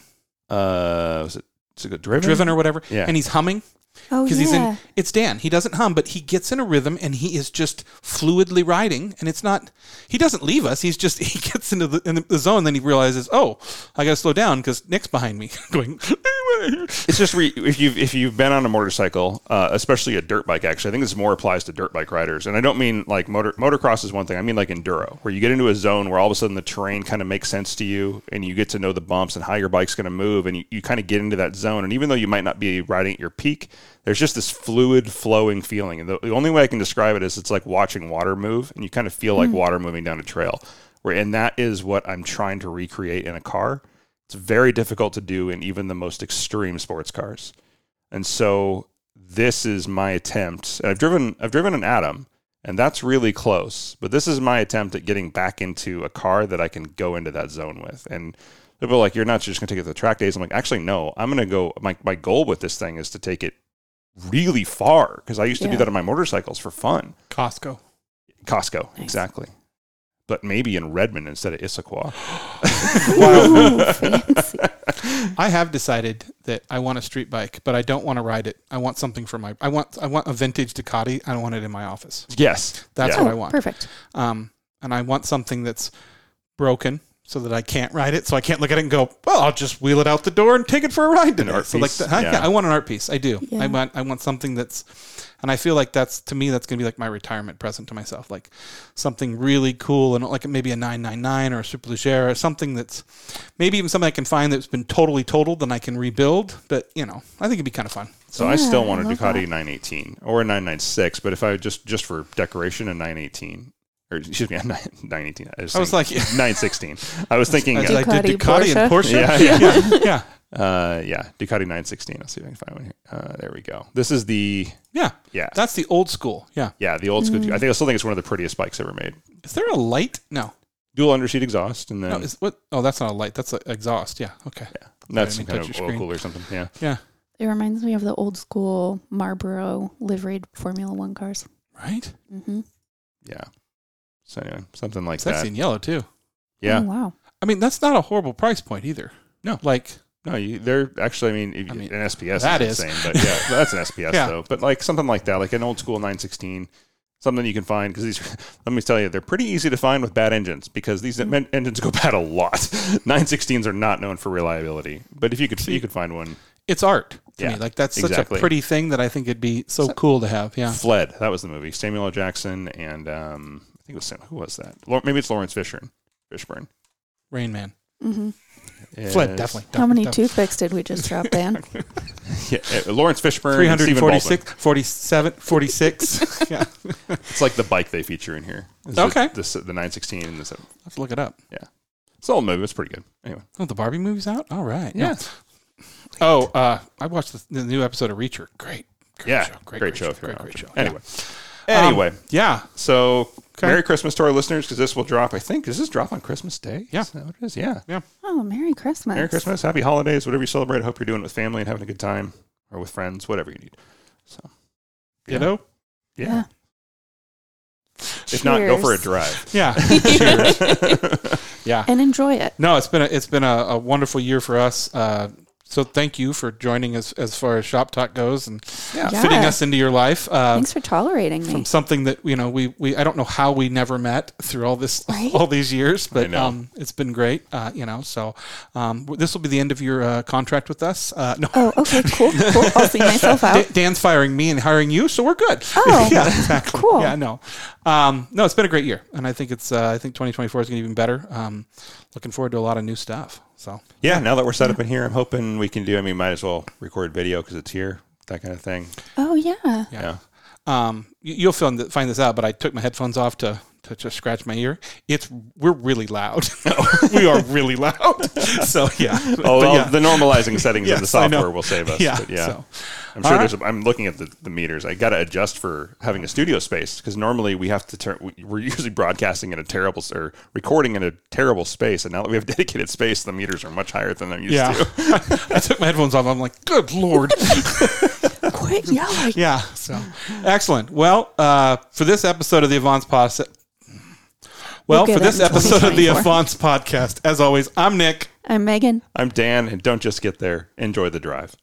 [SPEAKER 1] Uh, was it? Is it driven?
[SPEAKER 2] driven or whatever?
[SPEAKER 1] Yeah.
[SPEAKER 2] and he's humming
[SPEAKER 3] Oh,
[SPEAKER 2] because he's in. It's Dan. He doesn't hum, but he gets in a rhythm and he is just fluidly riding. And it's not he doesn't leave us. He's just he gets into the, in the zone. Then he realizes, oh, I got to slow down because Nick's behind me going.
[SPEAKER 1] It's just re- if you've if you've been on a motorcycle, uh, especially a dirt bike. Actually, I think this more applies to dirt bike riders, and I don't mean like motor motocross is one thing. I mean like enduro, where you get into a zone where all of a sudden the terrain kind of makes sense to you, and you get to know the bumps and how your bike's going to move, and you, you kind of get into that zone. And even though you might not be riding at your peak, there's just this fluid flowing feeling. And the, the only way I can describe it is it's like watching water move, and you kind of feel like water moving down a trail. Where and that is what I'm trying to recreate in a car it's very difficult to do in even the most extreme sports cars. And so this is my attempt. and I've driven I've driven an Atom and that's really close, but this is my attempt at getting back into a car that I can go into that zone with. And people are like, you're not just gonna take it to the track days. I'm like, actually no, I'm gonna go my my goal with this thing is to take it really far because I used to do
[SPEAKER 3] Yeah.
[SPEAKER 1] that on my motorcycles for fun.
[SPEAKER 2] Costco.
[SPEAKER 1] Costco,
[SPEAKER 3] Nice.
[SPEAKER 1] exactly. But maybe in Redmond instead of Issaquah.
[SPEAKER 3] Ooh, fancy.
[SPEAKER 2] I have decided that I want a street bike, but I don't want to ride it. I want something for my. I want. I want a vintage Ducati. I don't want it in my office.
[SPEAKER 1] Yes.
[SPEAKER 2] That's
[SPEAKER 1] Yeah.
[SPEAKER 2] what I want.
[SPEAKER 3] Oh, Perfect.
[SPEAKER 2] Um, and I want something that's broken so that I can't ride it. So I can't look at it and go, "Well, I'll just wheel it out the door and take it for a ride." Today.
[SPEAKER 1] art
[SPEAKER 2] so
[SPEAKER 1] piece,
[SPEAKER 2] like, the, yeah.
[SPEAKER 1] yeah.
[SPEAKER 2] I want an art piece. I do.
[SPEAKER 3] Yeah.
[SPEAKER 2] I want. I want something that's, and I feel like that's to me that's gonna be like my retirement present to myself, like something really cool and like maybe a nine nine nine or a superleggera or something that's maybe even something I can find that's been totally totaled and I can rebuild. But you know, I think it'd be kind of fun.
[SPEAKER 1] So I still
[SPEAKER 3] Yeah,
[SPEAKER 1] want a
[SPEAKER 3] I love
[SPEAKER 1] Ducati
[SPEAKER 3] that.
[SPEAKER 1] 918 or a 996, but if I just just for decoration a 918 or excuse me, a 9- 918. I was,
[SPEAKER 2] I was
[SPEAKER 1] thinking
[SPEAKER 2] like, yeah,
[SPEAKER 1] 916. I was thinking,
[SPEAKER 2] I
[SPEAKER 1] uh,
[SPEAKER 2] like the
[SPEAKER 3] Ducati,
[SPEAKER 2] Ducati and Porsche.
[SPEAKER 1] yeah, yeah,
[SPEAKER 2] yeah, yeah,
[SPEAKER 1] uh, yeah, Ducati 916. Let's see if I can find one here. Uh, there we go. This is the
[SPEAKER 2] yeah.
[SPEAKER 1] yeah,
[SPEAKER 2] That's the old school. Yeah.
[SPEAKER 1] yeah, the old school. I think I still think it's one of the prettiest bikes ever made.
[SPEAKER 2] Is there a light? No.
[SPEAKER 1] Dual underseat exhaust, and then
[SPEAKER 2] No, is what? Oh, that's not a light. That's an exhaust. Yeah. Okay.
[SPEAKER 1] that's
[SPEAKER 2] I
[SPEAKER 1] some kind
[SPEAKER 2] didn't touch
[SPEAKER 1] of
[SPEAKER 2] your
[SPEAKER 1] oil
[SPEAKER 2] screen.
[SPEAKER 1] cooler or something. Yeah,
[SPEAKER 2] Yeah.
[SPEAKER 3] It reminds me of the old school Marlboro liveried Formula One cars.
[SPEAKER 2] Right.
[SPEAKER 3] Mm-hmm.
[SPEAKER 1] yeah. So anyway, something like
[SPEAKER 2] Sexy
[SPEAKER 1] that.
[SPEAKER 2] in yellow too.
[SPEAKER 1] Yeah.
[SPEAKER 3] Oh, wow.
[SPEAKER 2] I mean, that's not a horrible price point either.
[SPEAKER 1] No.
[SPEAKER 2] Like
[SPEAKER 1] No, you, they're actually. I mean, if,
[SPEAKER 2] I mean,
[SPEAKER 1] an SPS
[SPEAKER 2] that
[SPEAKER 1] is
[SPEAKER 2] is.
[SPEAKER 1] insane, but yeah, that's an SPS
[SPEAKER 2] Yeah.
[SPEAKER 1] though. But like something like that, like an old school 916, something you can find because these. Let me tell you, they're pretty easy to find with bad engines because these
[SPEAKER 2] Hmm.
[SPEAKER 1] en- engines go bad a lot. 916s are not known for reliability, but if you could, you could find one.
[SPEAKER 2] it's art to
[SPEAKER 1] Yeah,
[SPEAKER 2] me. Like that's such
[SPEAKER 1] exactly.
[SPEAKER 2] a pretty thing that I think it'd be so cool to have. Yeah.
[SPEAKER 1] Fled. That was the movie. Samuel L. Jackson and um, I think it was Sam, who was that? Lau- Maybe it's Lawrence Fishburne. Fishburne.
[SPEAKER 2] Rain Man.
[SPEAKER 3] hmm
[SPEAKER 2] Fled.
[SPEAKER 1] Yes.
[SPEAKER 2] Definitely.
[SPEAKER 3] How many toothpicks did we just drop, Dan?
[SPEAKER 1] Yeah, uh, Lawrence Fishburne.
[SPEAKER 2] Three
[SPEAKER 1] and
[SPEAKER 2] hundred
[SPEAKER 1] Stephen Baldwin.
[SPEAKER 2] forty-six, forty-seven, forty-six. yeah.
[SPEAKER 1] It's like the bike they feature in here. It's
[SPEAKER 2] Okay.
[SPEAKER 1] The, the, the 916 and the 7.
[SPEAKER 2] Let's look it up.
[SPEAKER 1] It's an old movie. It's pretty good. Anyway.
[SPEAKER 2] Oh, the Barbie movie's out. All right. No. Oh, uh, I watched the, the new episode of Reacher. Great. Great
[SPEAKER 1] Yeah,
[SPEAKER 2] Show. Great,
[SPEAKER 1] great show if you're
[SPEAKER 2] Great,
[SPEAKER 1] not
[SPEAKER 2] great show.
[SPEAKER 1] Anyway.
[SPEAKER 2] Yeah.
[SPEAKER 1] Anyway,
[SPEAKER 2] Um, yeah.
[SPEAKER 1] so
[SPEAKER 2] Okay.
[SPEAKER 1] Merry Christmas to our listeners because this will drop, I think, does this drop on Christmas Day?
[SPEAKER 2] Yeah.
[SPEAKER 1] Is that what it is? Yeah.
[SPEAKER 3] Oh, Merry Christmas.
[SPEAKER 1] Merry Christmas. Happy holidays. Whatever you celebrate. I hope you're doing it with family and having a good time or with friends, whatever you need. So,
[SPEAKER 2] You know.
[SPEAKER 1] yeah.
[SPEAKER 3] Yeah.
[SPEAKER 1] If not, go for a
[SPEAKER 3] Cheers.
[SPEAKER 1] drive.
[SPEAKER 2] Yeah.
[SPEAKER 1] Cheers.
[SPEAKER 2] yeah.
[SPEAKER 3] And enjoy it.
[SPEAKER 2] No, it's been a, it's been a, a wonderful year for us. Uh, So thank you for joining us as far as shop talk goes and
[SPEAKER 3] Yeah.
[SPEAKER 2] fitting us into your life. Uh,
[SPEAKER 3] Thanks for tolerating
[SPEAKER 2] from
[SPEAKER 3] me.
[SPEAKER 2] something that you know we, we I don't know how we never met through all this
[SPEAKER 3] Right?
[SPEAKER 2] all these years, but
[SPEAKER 1] know.
[SPEAKER 2] um, it's been great. Uh, you know, so um, w- this will be the end of your uh, contract with us. Uh, no,
[SPEAKER 3] Oh, okay, cool, cool. I'll see myself out.
[SPEAKER 2] Da- Dan's firing me and hiring you, so we're good.
[SPEAKER 3] Oh,
[SPEAKER 2] yeah, exactly.
[SPEAKER 3] cool.
[SPEAKER 2] Yeah, no, um, no, it's been a great year, and I think it's uh, I think 2024 is going to be even better. Um, looking forward to a lot of new stuff. So
[SPEAKER 1] Yeah, now that we're set up in here, I'm hoping we can do. I mean, might as well record video because it's here, that kind of thing.
[SPEAKER 3] Oh yeah.
[SPEAKER 2] yeah.
[SPEAKER 1] Yeah.
[SPEAKER 2] um, you, you'll find, th- find this out, but I took my headphones off to, to to scratch my ear. It's we're really loud. we are really loud. So yeah.
[SPEAKER 1] Oh,
[SPEAKER 2] But
[SPEAKER 1] well,
[SPEAKER 2] yeah.
[SPEAKER 1] the normalizing settings of the
[SPEAKER 2] Yes, I know.
[SPEAKER 1] software will save us.
[SPEAKER 2] Yeah,
[SPEAKER 1] but yeah.
[SPEAKER 2] so.
[SPEAKER 1] I'm sure
[SPEAKER 2] All
[SPEAKER 1] there's. A, I'm looking at the, the meters. I got to adjust for having a studio space because normally we have to turn. we- We're usually broadcasting in a terrible s- or recording in a terrible space, and now that we have dedicated space, the meters are much higher than I'm used
[SPEAKER 2] yeah.
[SPEAKER 1] to.
[SPEAKER 2] I took my headphones off. I'm like, good lord.
[SPEAKER 3] Quit yelling.
[SPEAKER 2] yeah. So excellent. Well, uh, for this episode of the Avance Podcast. Well,
[SPEAKER 3] We'll get
[SPEAKER 2] for this
[SPEAKER 3] it in
[SPEAKER 2] episode of the
[SPEAKER 3] 2024.
[SPEAKER 2] Avance Podcast, as always, I'm Nick.
[SPEAKER 3] I'm Megan.
[SPEAKER 1] I'm Dan, and don't just get there. Enjoy the drive.